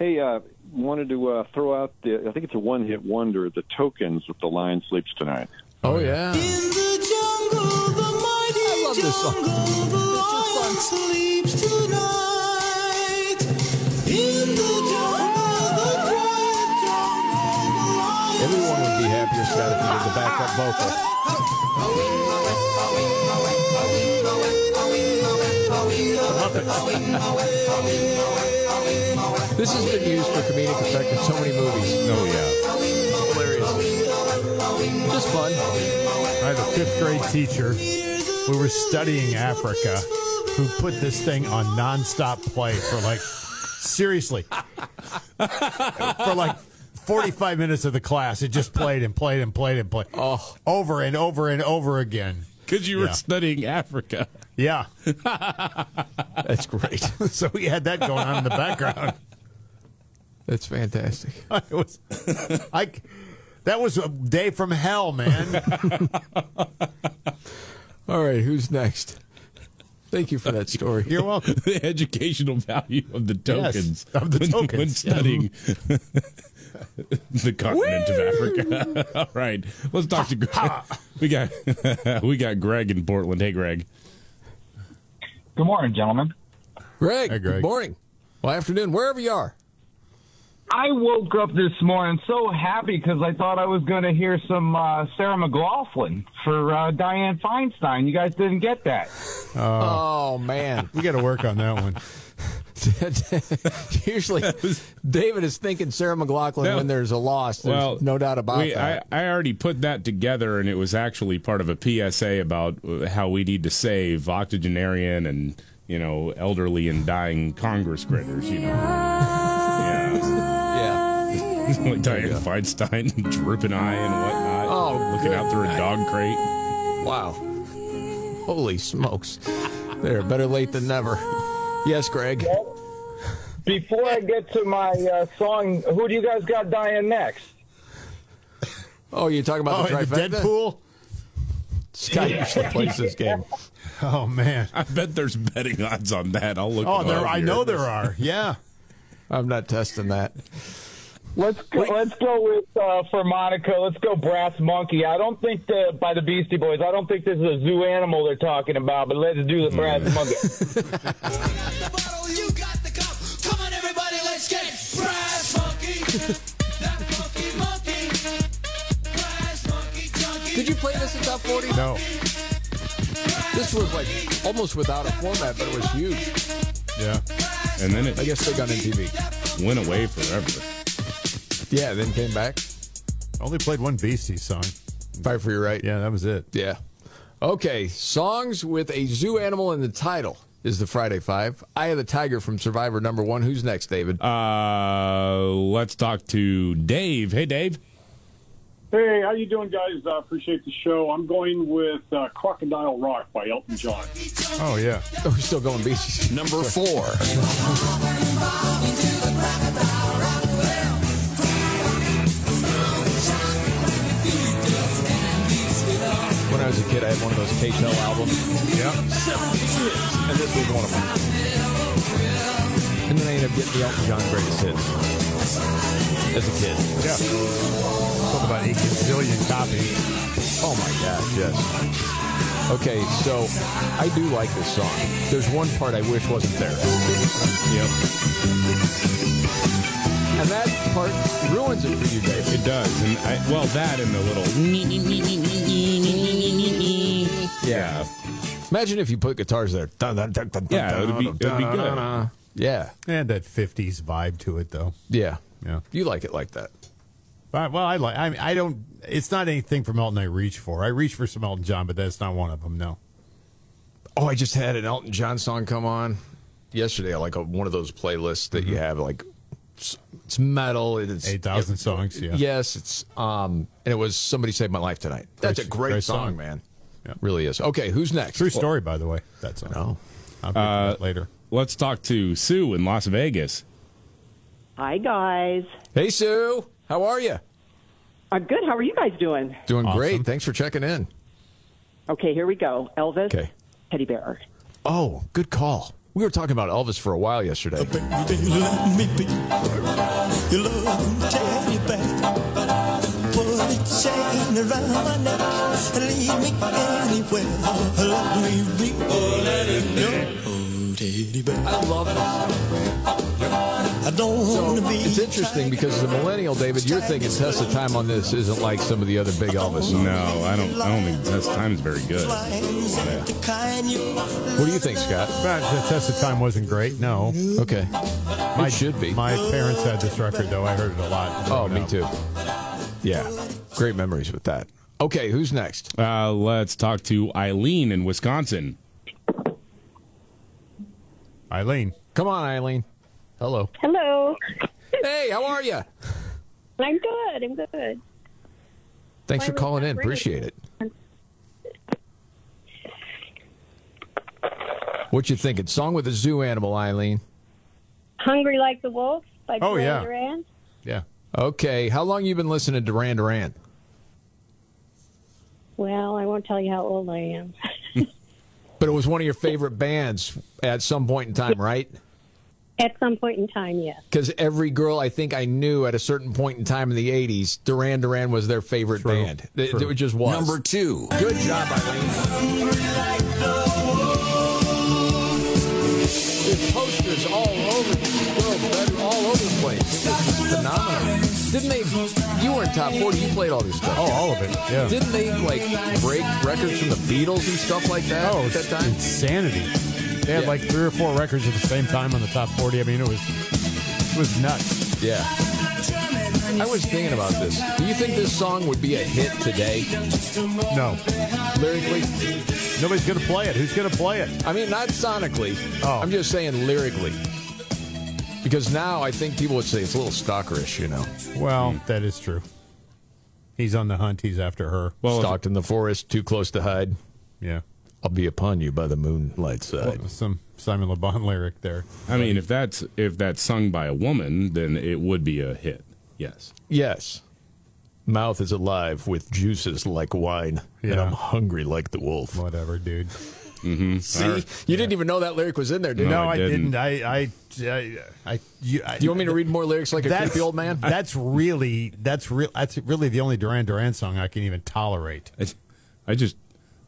S8: Hey, uh, wanted to uh, throw out the, I think it's a one hit wonder, The Tokens with The Lion Sleeps Tonight.
S2: Oh, yeah.
S17: I love this song. Sleeps tonight in the jungle.
S2: Everyone would be happy if Scott if you did the backup vocal. This has been used for comedic effect in so many movies.
S4: Oh yeah,
S2: hilarious. Just fun.
S3: I had a fifth grade teacher. We were studying Africa, who put this thing on nonstop play for like, seriously, for like 45 minutes of the class. It just played and played and played and played. Oh. Over and over and over again.
S4: because you were
S3: Yeah.
S4: studying Africa. [LAUGHS]
S3: Yeah.
S2: That's [LAUGHS] great.
S3: [LAUGHS] so we had that going on in the background.
S2: That's fantastic.
S3: [LAUGHS] It was, I, that was a day from hell, man.
S2: [LAUGHS] All right, who's next? Thank you for that
S3: [LAUGHS]
S2: story. Uh,
S3: You're
S2: [LAUGHS]
S3: welcome.
S4: the educational value of the
S2: Yes,
S4: tokens
S2: of the
S4: when,
S2: tokens,
S4: when
S2: yeah.
S4: studying [LAUGHS]
S2: [LAUGHS]
S4: the continent of Africa. [LAUGHS] All right, let's talk to Greg. [LAUGHS] we got we got [LAUGHS] Greg in Portland. Hey, Greg.
S10: Good morning, gentlemen.
S2: Greg,
S10: Greg.
S2: good morning. Well, afternoon, wherever you are.
S10: I woke up this morning so happy
S3: [LAUGHS]
S10: because I thought I was going to hear some uh, Sarah McLaughlin for uh, Diane Feinstein. You guys didn't get that. Uh,
S2: Oh, [LAUGHS] man.
S3: we got to work on that one.
S2: [LAUGHS] Usually, David is thinking Sarah McLaughlin
S4: That-
S2: when there's a loss. There's no doubt about
S4: we-
S2: that.
S4: I, I already put that together, and it was actually part of a PSA about uh, how we need to save octogenarian and you know elderly and dying Congress critters. [LAUGHS] You know, yeah, yeah, like Diane Feinstein [LAUGHS] and Droop and I and whatnot.
S2: Oh,
S4: looking
S2: good
S4: out through a
S2: night.
S4: dog crate.
S2: Wow, holy smokes! there, better late than never. Yes, Greg.
S10: Before I get to my uh, song, who do you guys got dying next?
S2: Oh, you're talking about the
S3: Oh, and the
S2: trifecta?
S3: Deadpool?
S2: Scott usually
S3: [LAUGHS]
S2: plays this game.
S3: Oh man,
S4: I bet there's betting odds on that. I'll look.
S3: Oh,
S4: it
S3: there-
S4: up
S3: I
S4: here.
S3: know there are. Yeah.
S2: I'm not testing that.
S10: Let's go, let's go with uh, for Monica. Let's go Brass Monkey. I don't think the by the Beastie Boys. I don't think this is a zoo animal they're talking about. But let's do the Brass Monkey.
S2: [LAUGHS]
S17: Come on, everybody, let's get brass monkey. That monkey, monkey. Brass monkey, junkie.
S2: Did you play this in top 40?
S3: No.
S2: This was like almost without a format, but it was huge.
S3: Yeah.
S4: And then it,
S2: I guess they got MTV.
S4: went away forever.
S2: Yeah, then came back.
S3: Only played one Beastie song.
S2: Fight for your right.
S3: Yeah, that was it.
S2: Yeah. Okay, songs with a zoo animal in the title is the Friday Five. Eye of the Tiger from Survivor number one. Who's next, David?
S4: Uh, let's talk to Dave. Hey, Dave.
S23: Hey, how you doing, guys? Uh, appreciate the show. I'm going with uh, Crocodile Rock by Elton John.
S3: Oh yeah.
S2: [LAUGHS] We're still going Beasties.
S20: Number four.
S2: When I was a kid, I had one of those KTEL albums.
S3: Yeah.
S2: And this was one of them. And then I ended up getting the Elton John greatest hits. as a kid.
S3: Yeah. Sold about eight gazillion copies.
S2: Oh my gosh, yes. Okay, so I do like this song. There's one part I wish wasn't there. Yep. And that part ruins it for you, Dave.
S4: It does, and I, well, that and the little.
S2: Yeah. Imagine if you put guitars there.
S3: Yeah, it would be- it would be good.
S2: Yeah.
S3: And that 50s vibe to it, though.
S2: Yeah.
S3: Yeah.
S2: You like it like that.
S3: Uh, well, I like. I, mean, I don't. It's not anything from Elton I reach for. I reach for some Elton John, but that's not one of them. No.
S2: Oh, I just had an Elton John song come on yesterday, like a, one of those playlists that you
S4: Mm-hmm.
S2: have, like it's, it's metal. and It's
S3: 8,000 songs, yeah.
S2: Yes, it's um, and it was somebody saved my life tonight. That's a great, song, man. Really is. Okay, who's next?
S3: True story, by the way. That's no. I'll get to that later.
S4: Uh, Let's talk to Sue in Las Vegas.
S11: Hi, guys.
S2: Hey, Sue. How are you?
S11: I'm good. How are you guys doing?
S2: Doing great. Thanks for checking in.
S11: Okay, here we go. Elvis, teddy bear.
S2: Oh, good call. We were talking about Elvis for a while yesterday.
S17: You love teddy bear. Put a chain around my neck. Leave me anywhere. Let me be. Oh, let it be. Oh, teddy bear. I love I don't want to be.
S2: It's interesting because the millennial David, you're thinking Tessa Time on this isn't like some of the other big Elvis. Songs.
S4: No, I don't. I don't think Tess Time is very good.
S17: The kind you
S2: What do you think, Scott?
S3: But the test of time wasn't great. No.
S2: Okay.
S3: My,
S2: It should be.
S3: My parents had this record, though. I heard it a lot.
S2: Oh, me too. Yeah. Great memories with that. Okay, who's next?
S4: Uh, let's talk to Eileen in Wisconsin.
S3: Eileen,
S2: come on, Eileen. Hello.
S12: Hello.
S2: Hey, how are you?
S12: I'm good. I'm good.
S2: Thanks for
S12: Finally
S2: calling
S12: got
S2: in.
S12: rain.
S2: Appreciate it. What you thinking? Song with a zoo animal, Eileen.
S12: Hungry Like the Wolf by
S2: Oh,
S12: Duran
S2: yeah.
S12: Duran.
S2: Yeah. Okay. How long you been listening to Duran Duran?
S12: Well, I won't tell you how old I am.
S2: But it was one of your favorite bands at some point in time, right?
S12: At some point in time, yes.
S2: Because every girl I think I knew at a certain point in time in the '80s, Duran Duran was their favorite band. It, it just was
S22: Number
S2: two. Good job, Eileen. There's posters all over the world, all over the place. It was phenomenal. Didn't they? You were in top forty. You played all this stuff. Oh,
S3: all of it. Yeah.
S2: Didn't they like break records from the Beatles and stuff like that at that time?
S3: Oh, Insanity. They had
S2: Yeah.
S3: like three or four records at the same time on the top 40. I mean, it was it was nuts.
S2: Yeah. I was thinking about this. Do you think this song would be a hit today?
S3: No.
S2: Lyrically?
S3: Nobody's going to play it. Who's going to play it?
S2: I mean, not sonically. Oh. I'm just saying lyrically. Because now I think people would say it's a little stalkerish, you know.
S3: Well, that is true. He's on the hunt. He's after her.
S2: Stalked in the forest, too close to hide.
S3: Yeah.
S2: I'll be upon you by the moonlight side.
S3: some Simon Le Bon [LAUGHS] lyric there.
S4: I mean, if that's if that's sung by a woman, then it would be a hit. Yes.
S2: Yes. Mouth is alive with juices like wine, and
S3: Yeah.
S2: I'm hungry like the wolf.
S3: Whatever, dude.
S2: Mm-hmm. See,
S3: All
S2: you
S3: right.
S2: didn't even know that lyric was in there, did
S3: No,
S2: you?
S3: I didn't. I, I, I, I, you, I.
S2: Do you want me to read more lyrics like a
S3: That's-
S2: creepy old man?
S3: That's really that's real. That's really the only Duran Duran song I can even tolerate.
S4: I, I just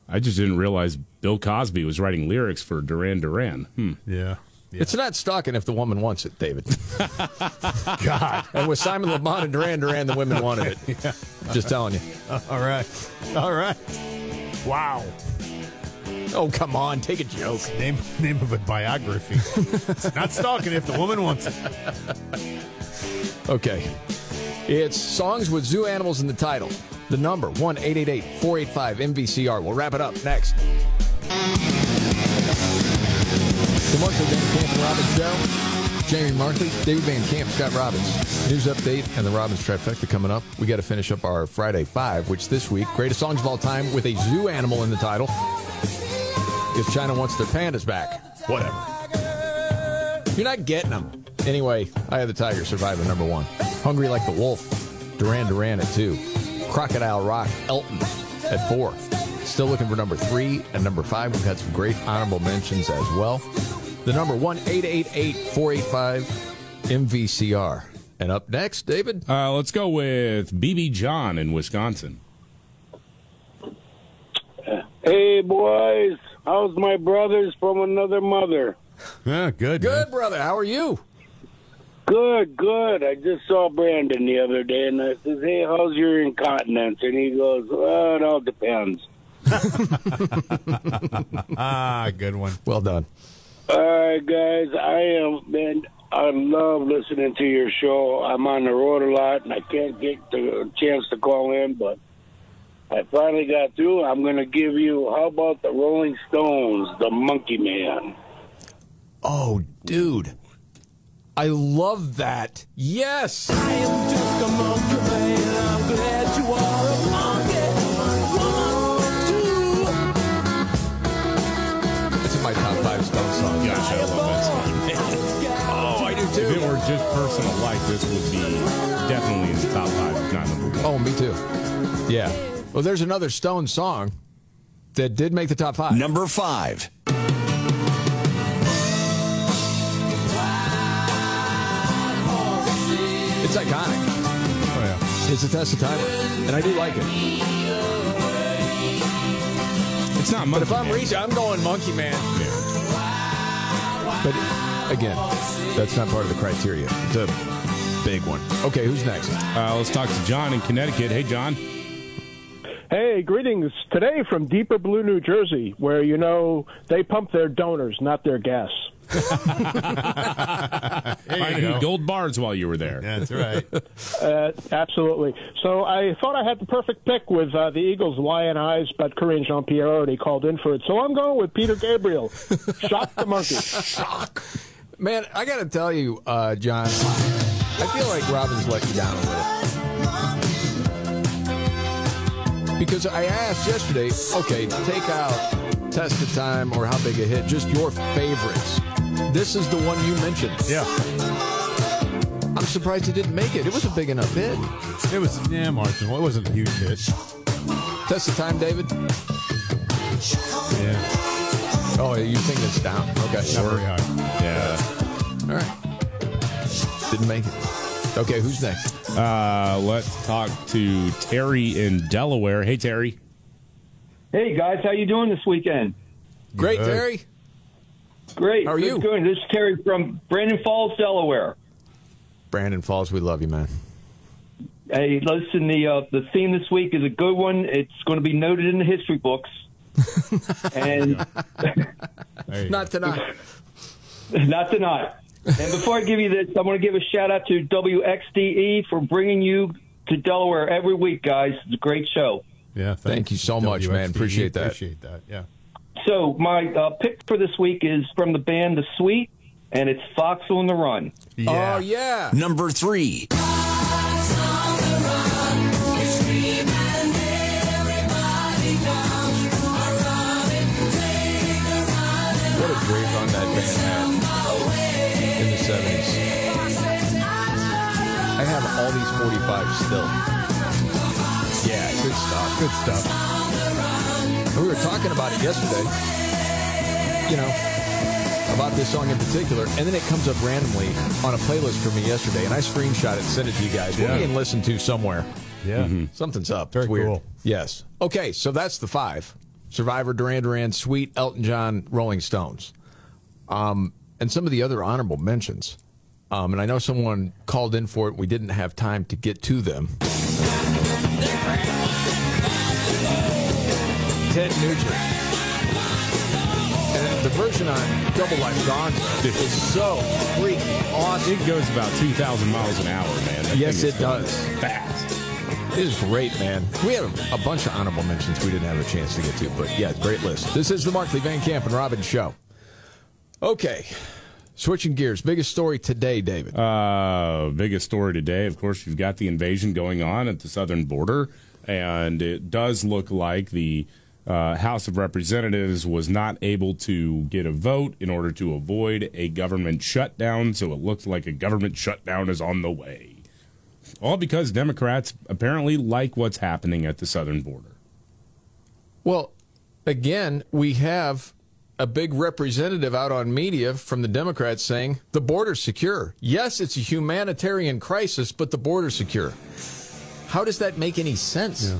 S4: I just didn't realize Bill Cosby was writing lyrics for Duran Duran. Hmm.
S3: Yeah.
S2: It's not stalking if the woman wants it, David.
S3: [LAUGHS] God.
S2: And with Simon LeBon and Duran Duran, the women wanted it.
S3: [LAUGHS]
S2: Just telling you.
S3: All right. All right. Wow.
S2: Oh, come on. Take a joke.
S3: Name name of a
S2: [LAUGHS]
S3: biography. it's not stalking if the woman wants it.
S2: Okay. It's songs with zoo animals in the title. The number 1 485 MVCR. We'll wrap it up next. The Markley Van Camp and Robbins Show. Jamie Markley, David Van Camp, Scott Robbins. News update and the Robbins trifecta coming up. We got to finish up our Friday Five, which this week, greatest songs of all time with a zoo animal in the title. Because China wants their pandas back. Whatever. You're not getting them. Anyway, I have the Tiger Survivor number one. Hungry Like the Wolf. Duran Duran at two. Crocodile Rock Elton at four. Still looking for number three and number five. We've had some great honorable mentions as well. The number one, 888 485 MVCR And up next, David.
S4: Uh, let's go with BB John in Wisconsin.
S14: Hey, boys. How's my brothers from another mother?
S3: Yeah, good.
S2: Good, brother. How are you?
S14: Good, good. I just saw Brandon the other day, and I says, "Hey, how's your incontinence?" And he goes, "Well, it all depends."
S3: [LAUGHS] ah, good one.
S2: Well done.
S14: All right, guys. I am, man. I love listening to your show. I'm on the road a lot, and I can't get the chance to call in, but I finally got through. I'm going to give you. How about the Rolling Stones, the Monkey Man?
S2: Oh, dude. I love that. Yes. I am just a monkey man. I'm glad you are a monkey. It's in my top five Stone song.
S4: Oh, Gosh, I
S2: [LAUGHS]
S4: love that song. oh, I do too. If it were just personal life, this would be definitely in the top five, if not number one.
S2: Oh, me too. Yeah. Well, there's another Stone song that did make the top five.
S24: Number five.
S2: It's iconic. Oh, yeah. It's a test of time, and I do like it.
S4: It's not
S2: But if I'm reaching, I'm going Monkey Man. But again, that's not part of the criteria. It's a big one. Okay, who's next?
S4: Uh, let's talk to John in Connecticut. Hey, John.
S25: Hey, greetings today from deeper blue New Jersey, where you know they pump their donors, not their gas.
S4: I knew gold bars while you were there. That's right.
S2: [LAUGHS]
S25: Uh, absolutely. So I thought I had the perfect pick with uh, the Eagles' lion eyes, but Corinne Jean Pierre already called in for it. So I'm going with Peter Gabriel. Shock the monkey.
S2: Shock. Man, I got to tell you, uh, John, I feel like Robin's let you down a little. Because I asked yesterday, okay, take out Test of Time or How Big a Hit, just your favorites. This is the one you mentioned.
S3: Yeah.
S2: I'm surprised it didn't make it. It was a big enough hit.
S3: It was, yeah, marginal. It wasn't a huge hit.
S2: Test of Time, David?
S3: Yeah.
S2: Oh, you think it's down. Okay.
S3: Not very high.
S2: Yeah. All right. Didn't make it. Okay, who's next?
S4: Uh, let's talk to Terry in Delaware. Hey, Terry.
S17: Hey guys, how you doing this weekend?
S2: Great, Terry.
S17: Great.
S2: How are
S17: Good
S2: you?
S17: Doing? This is Terry from Brandon Falls, Delaware.
S2: Brandon Falls, we love you, man.
S17: Hey, listen, the uh, the theme this week is a good one. It's going to be noted in the history books. and
S2: Not tonight.
S17: [LAUGHS] Not tonight. And before I give you this, I want to give a shout out to WXDE E for bringing you to Delaware every week, guys. It's a great show.
S3: Yeah.
S2: Thank you so much, man.
S3: WXDE.
S2: Appreciate that.
S3: E. Appreciate that. Yeah.
S17: So my uh, pick for this week is from the band The Sweet, and it's Fox on the Run.
S2: Oh, yeah.
S17: Number three.
S2: What a great run that band had in the 70s. I have all these 45s still. Yeah, good stuff. Good stuff. We were talking about it yesterday, you know, about this song in particular, and then it comes up randomly on a playlist for me yesterday, and I screenshot it and sent it to you guys. We're
S3: Yeah.
S2: being listened to somewhere. Mm-hmm.
S3: Yeah.
S2: Something's up.
S3: Very
S2: it's weird.
S3: cool.
S2: Yes. Okay, so that's the five: Survivor, Duran Duran, Sweet, Elton John, Rolling Stones, um, and some of the other honorable mentions. Um, and I know someone called in for it. We didn't have time to get to them. Ted Nugent. And the version on Double Life Gonzo is so freaking awesome.
S4: It goes about 2,000 miles an hour, man. That
S2: Yes,
S4: thing is
S2: it does.
S4: Fast.
S2: It is great, man. We had a, a bunch of honorable mentions we didn't have a chance to get to, but yeah, great list. This is the Markley Van Camp and Robbins show. Okay, switching gears. Biggest story today, David.
S4: Uh, biggest story today, of course, you've got the invasion going on at the southern border, and it does look like the uh, House of Representatives was not able to get a vote in order to avoid a government shutdown. So it looks like a government shutdown is on the way, all because Democrats apparently like what's happening at the southern border.
S2: Well, again, we have a big representative out on media from the Democrats saying the border's secure. Yes, it's a humanitarian crisis, but the border's secure. How does that make any sense?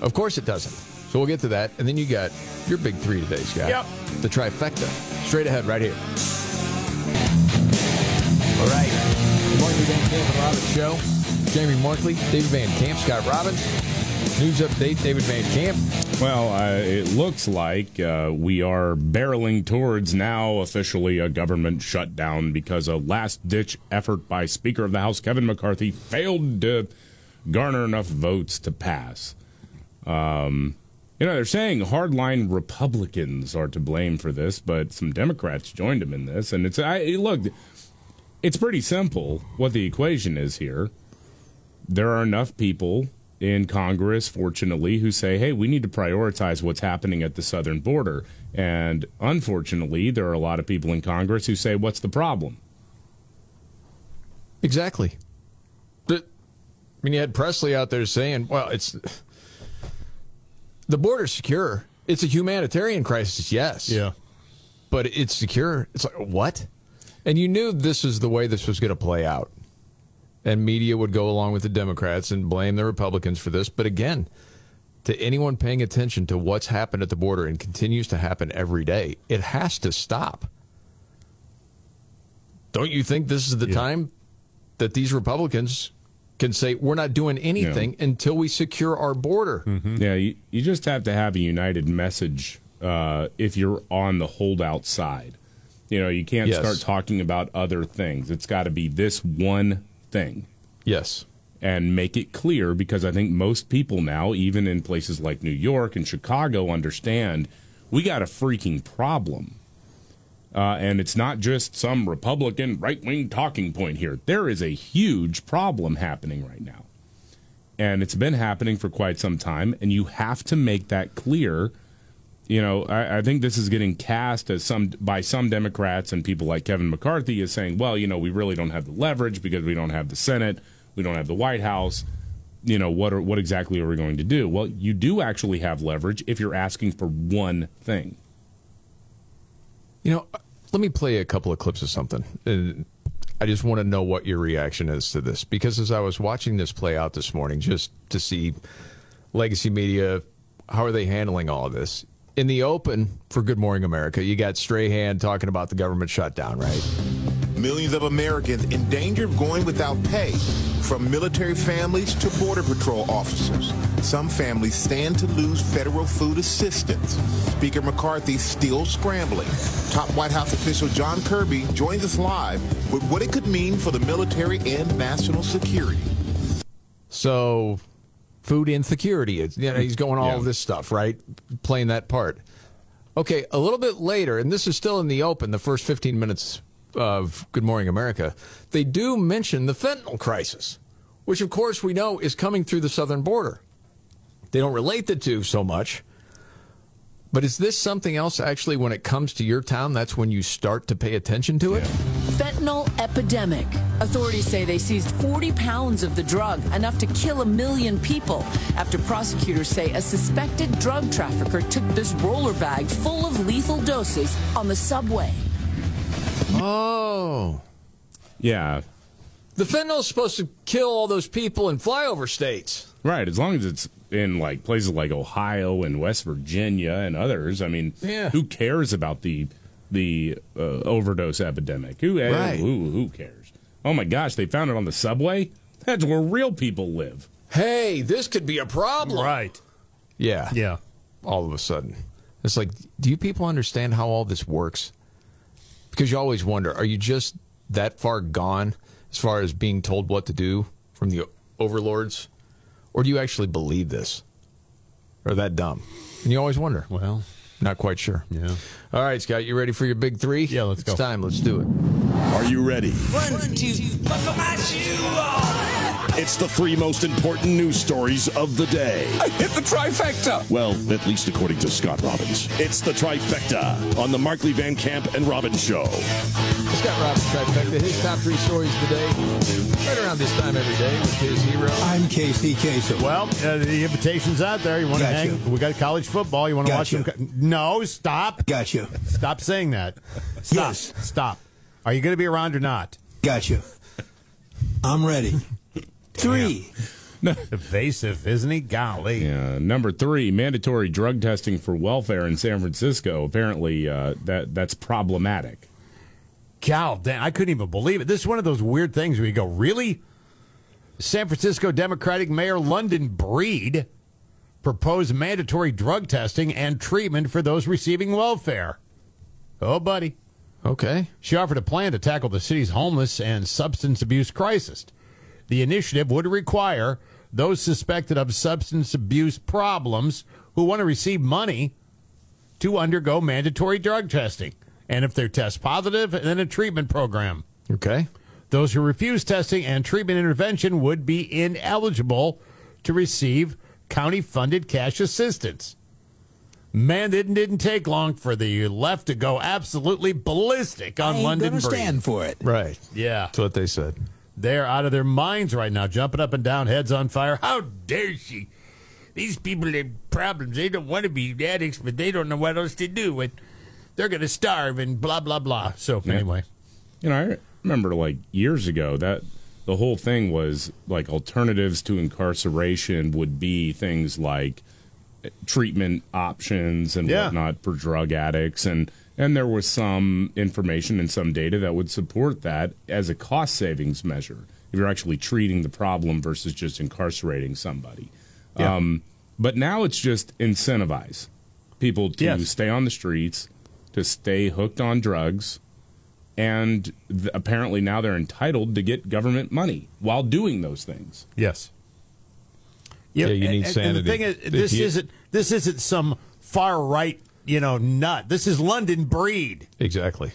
S2: Of course it doesn't. So we'll get to that. And then you got your big three today, Scott.
S3: Yep.
S2: The trifecta. Straight ahead, right here. All right. The Markley Van Camp and Robbins Show. Jamie Markley, David Van Camp, Scott Robbins. News update, David Van Camp.
S4: Well, uh, it looks like uh, we are barreling towards now officially a government shutdown because a last ditch effort by Speaker of the House Kevin McCarthy failed to garner enough votes to pass. Um, you know, they're saying hardline Republicans are to blame for this, but some Democrats joined him in this. And it's, I, look, it's pretty simple what the equation is here there are enough people in Congress, fortunately, who say, hey, we need to prioritize what's happening at the southern border. And unfortunately, there are a lot of people in Congress who say, what's the problem?
S2: Exactly. The, I mean, you had Presley out there saying, well, it's the border's secure. It's a humanitarian crisis, yes. Yeah. But it's secure. It's like, what? And you knew this is the way this was going to play out. And media would go along with the Democrats and blame the Republicans for this. But again, to anyone paying attention to what's happened at the border and continues to happen every day, it has to stop. Don't you think this is the time that these Republicans can say, we're not doing anything until we secure our border?
S4: Yeah, you, you just have to have a united message uh, if you're on the holdout side. You know, you can't
S2: Yes.
S4: start talking about other things. It's got to be this one thing.
S2: Yes.
S4: And make it clear because I think most people now, even in places like New York and Chicago, understand we got a freaking problem. Uh, and it's not just some Republican right wing talking point here. There is a huge problem happening right now and it's been happening for quite some time and you have to make that clear you know I, I think this is getting cast as some by some democrats and people like kevin mccarthy is saying well you know we really don't have the leverage because we don't have the senate we don't have the white house you know what are, what exactly are we going to do well you do actually have leverage if you're asking for one thing
S2: You know, let me play a couple of clips of something. And I just want to know what your reaction is to this because as I was watching this play out this morning, just to see legacy media, how are they handling all of this? In the open for Good Morning America, you got Strahan talking about the government shutdown, right?
S16: Millions of Americans in danger of going without pay, from military families to Border Patrol officers. Some families stand to lose federal food assistance. Speaker McCarthy still scrambling. Top White House official John Kirby joins us live with what it could mean for the military and national security.
S2: So, food insecurity. It's, you know, he's going all of this stuff, right? Playing that part. Okay, a little bit later, and this is still in the open, the first 15 minutes of Good Morning America, they do mention the fentanyl crisis, which, of course, we know is coming through the southern border. They don't relate the two so much. But is this something else, actually, when it comes to your town, that's when you start to pay attention to it?
S18: Fentanyl epidemic. Authorities say they seized 40 pounds of the drug, enough to kill a million people, after prosecutors say a suspected drug trafficker took this roller bag full of lethal doses on the subway.
S2: Oh.
S4: yeah
S2: The fentanyl's supposed to kill all those people in flyover states.
S4: Right, as long as it's in like places like Ohio and West Virginia and others. I mean,
S2: Yeah.
S4: who cares about the the uh, overdose epidemic? Who, eh,
S2: Right.
S4: who who cares? Oh my gosh, they found it on the subway. That's where real people live.
S2: Hey, this could be a problem.
S4: [LAUGHS]
S3: Right.
S2: Yeah.
S3: Yeah.
S2: All of a sudden. It's like, do you people understand how all this works? Because you always wonder, are you just that far gone as far as being told what to do from the overlords? Or do you actually believe this? Or that dumb? And you always wonder. Well, not quite sure. Yeah. All right, Scott, you ready for your big three? Yeah, let's go. It's time. Let's do it. Are you ready?
S17: One, two, buckle my shoe on.
S1: [LAUGHS] It's the three most important news stories of the day. I hit the trifecta. Well, at least according to Scott Robbins. It's the trifecta on the Markley Van Camp and Robbins show.
S2: Scott Robbins trifecta. His top three stories today, right around this time every day with his hero.
S3: I'm Casey Kasem. Well, uh, the invitation's out there. You want to
S2: Gotcha.
S3: hang? We got college football. You want to watch some? co- No, stop. Got you. Stop saying that. Stop. Yes. Stop. Are you going to be around or not? Got you. I'm ready. Three. Evasive, isn't he? Golly.
S4: Yeah. Number three, mandatory drug testing for welfare in San Francisco. Apparently, uh, that that's problematic.
S3: God damn, I couldn't even believe it. This is one of those weird things where you go, really? San Francisco Democratic Mayor London Breed proposed mandatory drug testing and treatment for those receiving welfare. Oh, buddy.
S2: Okay.
S3: She offered a plan to tackle the city's homeless and substance abuse crisis. The initiative would require those suspected of substance abuse problems who want to receive money to undergo mandatory drug testing. And if they're test positive, then a treatment program.
S2: Okay.
S3: Those who refuse testing and treatment intervention would be ineligible to receive county funded cash assistance. Man, it didn't take long for the left to go absolutely ballistic on
S19: I ain't
S3: London
S19: gonna
S3: Breed.
S19: stand for it.
S2: Right.
S3: Yeah.
S2: That's what they said.
S3: They're out of their minds right now, jumping up and down, heads on fire. How dare she? These people have problems. They don't want to be addicts, but they don't know what else to do. And they're going to starve and blah, blah, blah. So,
S4: Yeah.
S3: anyway.
S4: You know, I remember like years ago that the whole thing was like alternatives to incarceration would be things like treatment options and
S3: Yeah.
S4: whatnot for drug addicts and and there was some information and some data that would support that as a cost savings measure if you're actually treating the problem versus just incarcerating somebody
S3: Yeah.
S4: um, but now it's just incentivize people to
S3: Yes.
S4: stay on the streets to stay hooked on drugs and th- apparently now they're entitled to get government money while doing those things
S3: Yes.
S4: Yeah, you need
S3: and, and the
S4: sanity.
S3: thing is,
S4: If
S3: this
S4: you-
S3: isn't this isn't some far right, you know, nut. This is London breed.
S2: Exactly.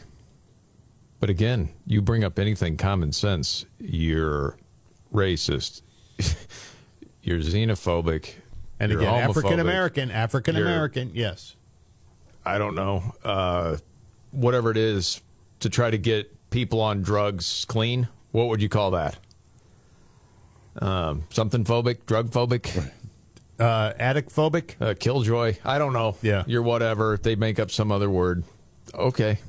S2: But again, you bring up anything common sense, you're racist, [LAUGHS] you're xenophobic,
S3: And
S2: you're
S3: again,
S2: homophobic.
S3: African American, African American. Yes.
S2: I don't know, uh, whatever it is to try to get people on drugs clean. What would you call that? Um, something phobic, drug phobic,
S3: uh, addict phobic,
S2: uh, killjoy. I don't know. Yeah, you're whatever. They make up some other word. Okay,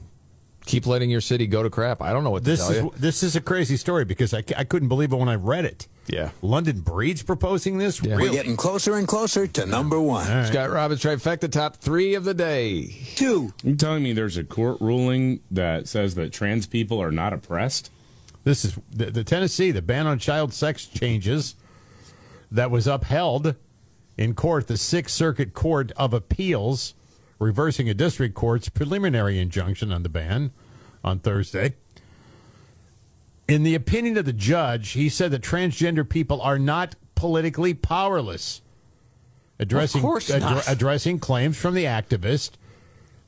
S2: keep letting your city go to crap. I don't know what to
S3: This
S2: tell
S3: is
S2: you.
S3: this is a crazy story because I, c- I couldn't believe it when I read it.
S2: Yeah,
S3: London Breed's proposing this.
S19: We're
S3: Really?
S19: getting closer and closer to number one.
S2: Scott Robbins trifecta, top three of the day.
S19: Two.
S4: You telling me there's a court ruling that says that trans people are not oppressed?
S3: This is the, the Tennessee, the ban on child sex changes that was upheld in court, the Sixth Circuit Court of Appeals, reversing a district court's preliminary injunction on the ban on Thursday. In the opinion of the judge, he said that transgender people are not politically powerless. Addressing,
S19: Of course not.
S3: addressing claims from the activist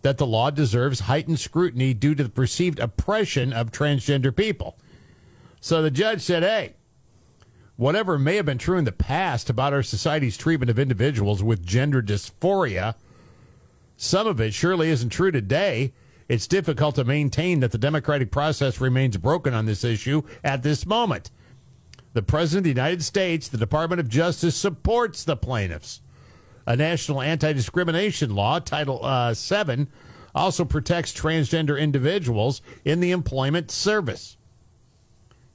S3: that the law deserves heightened scrutiny due to the perceived oppression of transgender people. So the judge said, hey, whatever may have been true in the past about our society's treatment of individuals with gender dysphoria, some of it surely isn't true today. It's difficult to maintain that the democratic process remains broken on this issue at this moment. The President of the United States, the Department of Justice supports the plaintiffs. A national anti discrimination law, Title uh, 7, also protects transgender individuals in the employment service.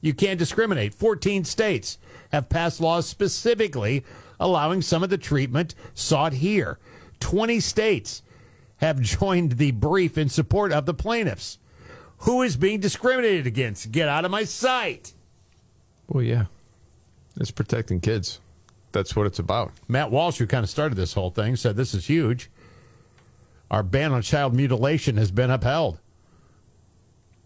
S3: You can't discriminate. 14 states have passed laws specifically allowing some of the treatment sought here. 20 states have [LAUGHS] joined the brief in support of the plaintiffs. Who is being discriminated against? Get out of my sight.
S2: Well, yeah, it's protecting kids. That's what it's about.
S3: Matt Walsh, who kind of started this whole thing, said this is huge. Our ban on child mutilation has been upheld.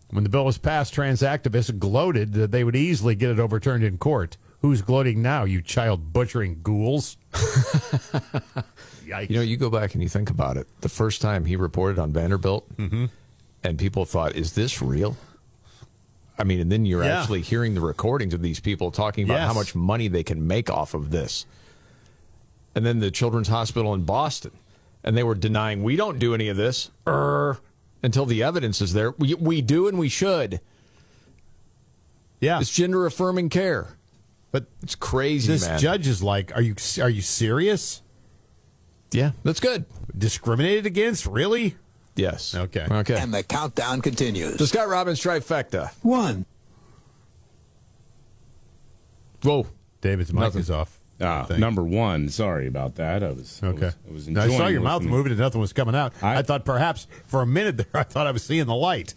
S3: When the bill was passed, trans activists gloated that they would easily get it overturned in court. Who's gloating now, you child butchering ghouls?
S2: You know, you go back and you think about it. The first
S3: Mm-hmm.
S2: time he reported on Vanderbilt, and people thought, "Is this real?" I mean, and then you're
S3: Yeah.
S2: actually hearing the recordings of these people talking about how
S3: Yes.
S2: much money they can make off of this. And then the Children's Hospital in Boston, and they were denying we don't do any of this er, until the evidence is there. We, we do and we should.
S3: Yeah,
S2: it's gender affirming care,
S3: but
S2: it's crazy.
S3: This
S2: man.
S3: judge is like, "Are you are you serious?"
S2: Yeah, that's good.
S3: Discriminated against, really?
S2: Yes.
S3: Okay.
S2: Okay.
S19: And the countdown continues.
S2: The Scott Robbins trifecta. One. Whoa.
S3: David's mic is off.
S4: Ah, number one. Sorry about that. I was
S3: Okay.
S4: I was, I was
S3: Now, I
S4: enjoying
S3: saw your mouth
S4: listening.
S3: moving and nothing was coming out. I, thought perhaps for a minute there, I thought I was seeing the light.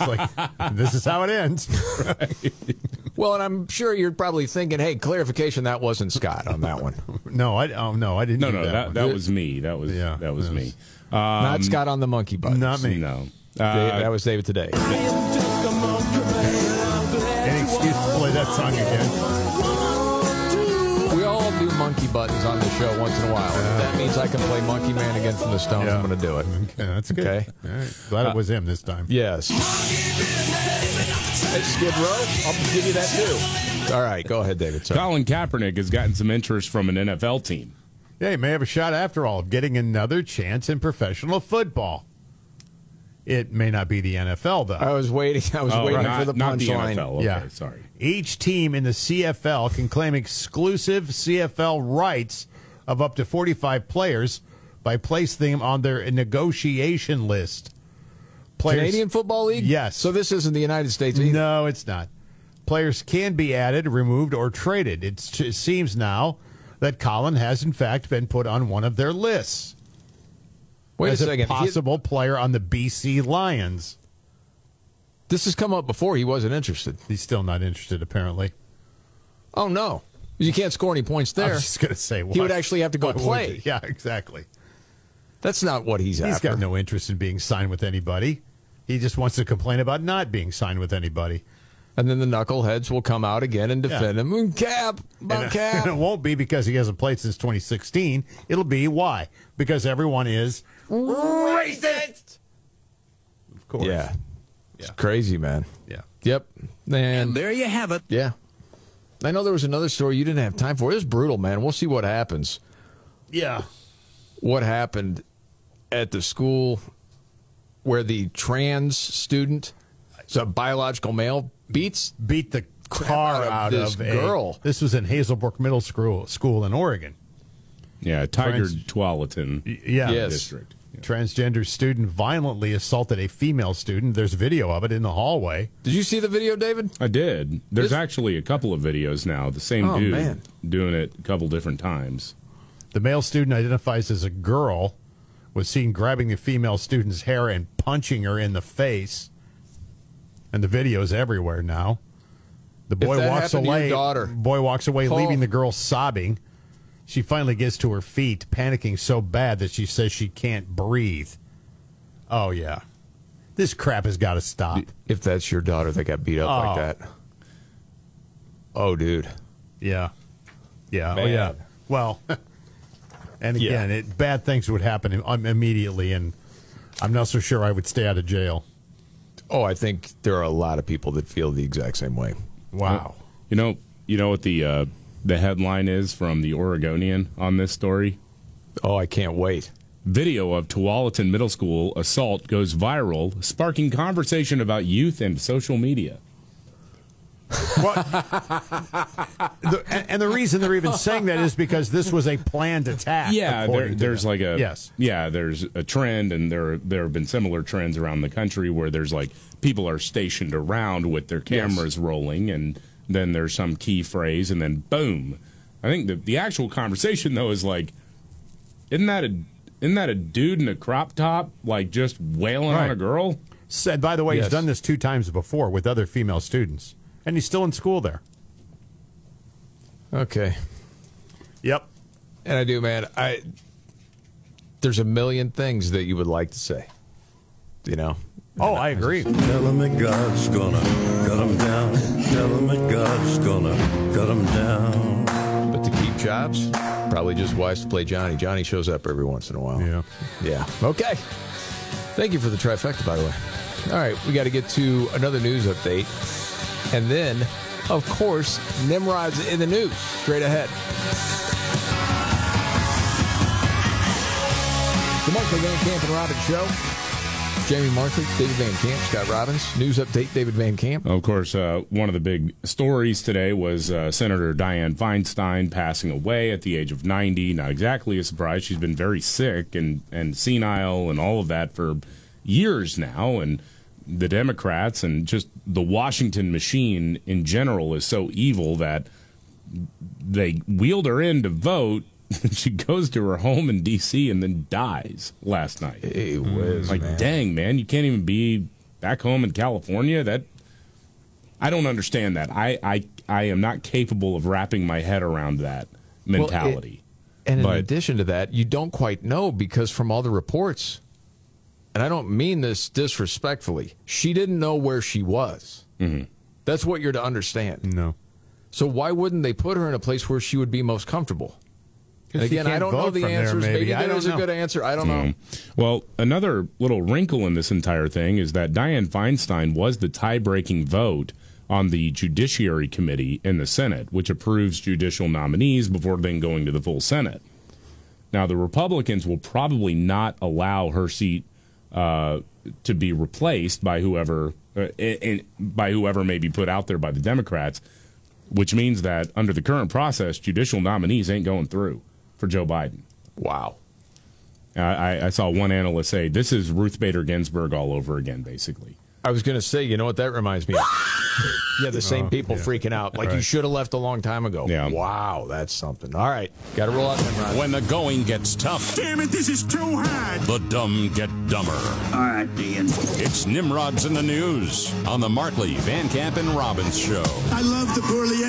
S3: It's
S4: [LAUGHS]
S3: like, this is how it
S2: [LAUGHS]
S3: ends.
S2: Well, and I'm sure you're probably thinking, hey, clarification, that wasn't Scott on that one.
S3: no, I oh no, I didn't.
S4: No,
S3: do
S4: no,
S3: that
S4: that,
S3: one.
S4: that was me. That was
S3: Yeah,
S4: that was
S3: that
S4: me.
S3: was-
S4: Um,
S2: Not Scott on the monkey buttons.
S3: Not me.
S4: No,
S3: Uh,
S2: Da- that was David today.
S3: Any excuse to play that song again?
S2: We all do monkey buttons on the show once in a while. If that means I can play Monkey Man again from the Stones, I'm going to do it.
S3: Okay, that's good.
S2: Okay. Uh,
S3: All right. Glad it was him this time.
S2: Yes. Hey, Skid Row, I'll give you that too. All right, go ahead, David. Sorry.
S4: Colin Kaepernick has gotten some interest from an NFL team.
S3: Yeah, he may have a shot after all of getting another chance in professional football. It may not be the NFL though.
S2: I was waiting. I was
S4: Oh,
S2: waiting
S4: not-
S2: for the
S4: not the
S2: punchline.
S4: NFL, okay, sorry.
S3: Each team in the CFL can claim exclusive CFL rights of up to 45 players by placing them on their negotiation list.
S2: Canadian Football League?
S3: Yes.
S2: So this isn't the United States either.
S3: No, it's not. Players can be added, removed, or traded. It's, it seems now that Colin has, in fact, been put on one of their lists.
S2: Wait a
S3: as
S2: second. He-
S3: possible player on the BC Lions.
S2: This has come up before. He wasn't interested.
S3: He's still not interested, apparently.
S2: Oh, no. You can't score any points there.
S3: I was just going to say,
S2: He
S3: why-
S2: would actually have to go
S3: why would
S2: play.
S3: he? Yeah, exactly.
S2: That's not what he's
S3: He's
S2: after.
S3: got no interest in being signed with anybody. He just wants to complain about not being signed with anybody.
S2: And then the knuckleheads will come out again and defend him. Mm, Cap,
S3: [LAUGHS]
S2: about
S3: and, uh,
S2: cap.
S3: and it won't be because he hasn't played since 2016. It'll be why? Because everyone is,
S2: Racist.
S3: of course.
S2: Yeah. It's crazy, man.
S3: Yeah.
S2: Yep. And, there you have it. Yeah. I know there was another story you didn't have time for. It was brutal, man. We'll see what happens.
S3: Yeah.
S2: What happened at the school where the trans student, so biological male, beats
S3: beat the car out
S2: this
S3: of a-
S2: girl.
S3: this was in Hazelbrook Middle School, school in Oregon.
S4: Yeah, Tiger
S3: Trans-
S4: Tualatin.
S3: Yeah.
S4: district.
S3: Transgender student violently assaulted a female student. There's video of it in the hallway.
S2: Did you see the video, David?
S4: I did. There's
S2: This-
S4: actually a couple of videos now. The same
S2: Oh,
S4: dude
S2: man.
S4: doing it a couple different times.
S3: The male student identifies as a girl, was seen grabbing the female student's hair and punching her in the face. And the video's everywhere now. The boy
S2: that
S3: walks
S2: happened to your
S3: away.
S2: daughter-
S3: Boy walks away,
S2: Paul-
S3: leaving the girl sobbing. She finally gets to her feet, panicking so bad that she says she can't breathe. Oh yeah, this crap has got to stop.
S2: If that's your daughter that got beat up
S3: Oh.
S2: like that. Oh, dude.
S3: Yeah, yeah, oh,
S2: Bad.
S3: yeah. Well, [LAUGHS] and again, it, bad things would happen im- um, immediately, and I'm not so sure I would stay out of jail.
S2: Oh, I think there are a lot of people that feel the exact same way.
S3: Wow.
S4: You know, you know what the uh, the headline is from the Oregonian on this story.
S2: Oh, I can't wait.
S4: Video of Tualatin Middle School assault goes viral, sparking conversation about youth and social media.
S3: The- and, and the reason they're even saying that is because this was a planned attack.
S4: yeah,
S3: according
S4: there,
S3: to
S4: there's
S3: them.
S4: like a
S3: yes.
S4: yeah, there's a trend, and there there have been similar trends around the country where there's like people are stationed around with their cameras rolling, and then there's some key phrase, and then boom. I think the the actual conversation though is like, isn't that a isn't that a dude in a crop top like just wailing on
S3: Right.
S4: a girl?
S3: Said by the way,
S4: Yes.
S3: he's done this two times before with other female students, and he's still in school there.
S2: Okay.
S3: Yep.
S2: And I do, man. I there's a million things that you would like to say. You know?
S3: Oh, I agree.
S5: Tell him that God's gonna cut him down. Tell him that God's gonna cut him down.
S2: But to keep jobs, probably just wise to play Johnny. Johnny shows up every once in a while. Yeah. Yeah. Okay. Thank you for the trifecta, by the way. All right, we got to get to another news update. And then, of course, Nimrod's in the news straight ahead. The Markley Van Camp and Robbins Show. Jamie Markley, David Van Camp, Scott Robbins. News update, David Van Camp.
S4: Of course, uh, one of the big stories today was uh, Senator Dianne Feinstein passing away at the age of 90. Not exactly a surprise. She's been very sick and, and senile and all of that for years now. And the Democrats and just the Washington machine in general is so evil that they wheeled her in to vote. [LAUGHS] she goes to her home in D.C. and then dies last night. like, dang, man, you can't even be back home in California. That I don't understand that. I I, I am not capable of wrapping my head around that
S2: Well, it-
S4: mentality.
S2: and in
S4: But-
S2: addition to that, you don't quite know because from all the reports, and I don't mean this disrespectfully, she didn't know where she was. Mm-hmm. That's what you're to understand.
S3: No.
S2: So why wouldn't they put her in a place where she would be most comfortable? And
S4: Because she
S2: again, I
S4: can't
S2: don't
S4: vote
S2: know the
S4: from there,
S2: answers.
S4: maybe.
S2: maybe
S4: I
S2: there
S4: don't
S2: is a
S4: know.
S2: good answer. I don't know.
S4: Um, Well, another little wrinkle in this entire thing is that Dianne Feinstein was the tie breaking vote on the Judiciary Committee in the Senate, which approves judicial nominees before then going to the full Senate. Now, the Republicans will probably not allow her seat uh, to be replaced by whoever uh, in, by whoever may be put out there by the Democrats, which means that under the current process, judicial nominees ain't going through for Joe Biden.
S2: Wow.
S4: I, I saw one analyst say this is Ruth Bader Ginsburg all over again, basically.
S2: I was going to say, you know what that reminds me of? yeah, the same
S4: Oh,
S2: people
S4: yeah.
S2: freaking out. Like, you
S4: Right.
S2: should have left a long time ago.
S4: Yeah.
S2: Wow, that's something. All right. Got to roll out Nimrod.
S22: When the going gets tough,
S9: Damn it, this is too hard.
S22: the dumb get dumber. All right, Dean. It's Nimrod's in the news on the Martley, Van Camp, and Robbins show.
S9: I love the poorly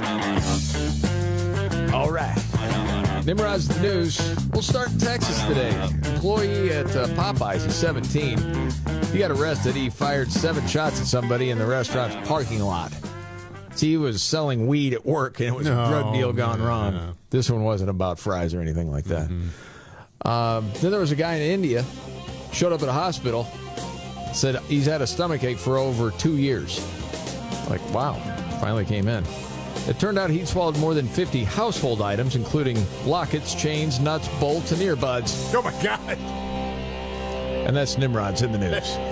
S9: educated.
S2: All right. Nimrod's the news. We'll start in Texas today. Employee at uh, Popeyes, he's 17. He got arrested. He fired seven shots at somebody in the restaurant's parking lot. See, he was selling weed at work, and it was a
S3: No,
S2: drug deal gone
S3: no,
S2: wrong.
S3: no. Mm-hmm.
S2: This one wasn't about fries or anything like that. Um, then there was a guy in India showed up at a hospital, said he's had a stomach ache for over two years. Like, wow, finally came in. It turned out he'd swallowed more than 50 household items, including lockets, chains, nuts, bolts, and earbuds.
S3: Oh, my God.
S2: And that's Nimrod's in the news.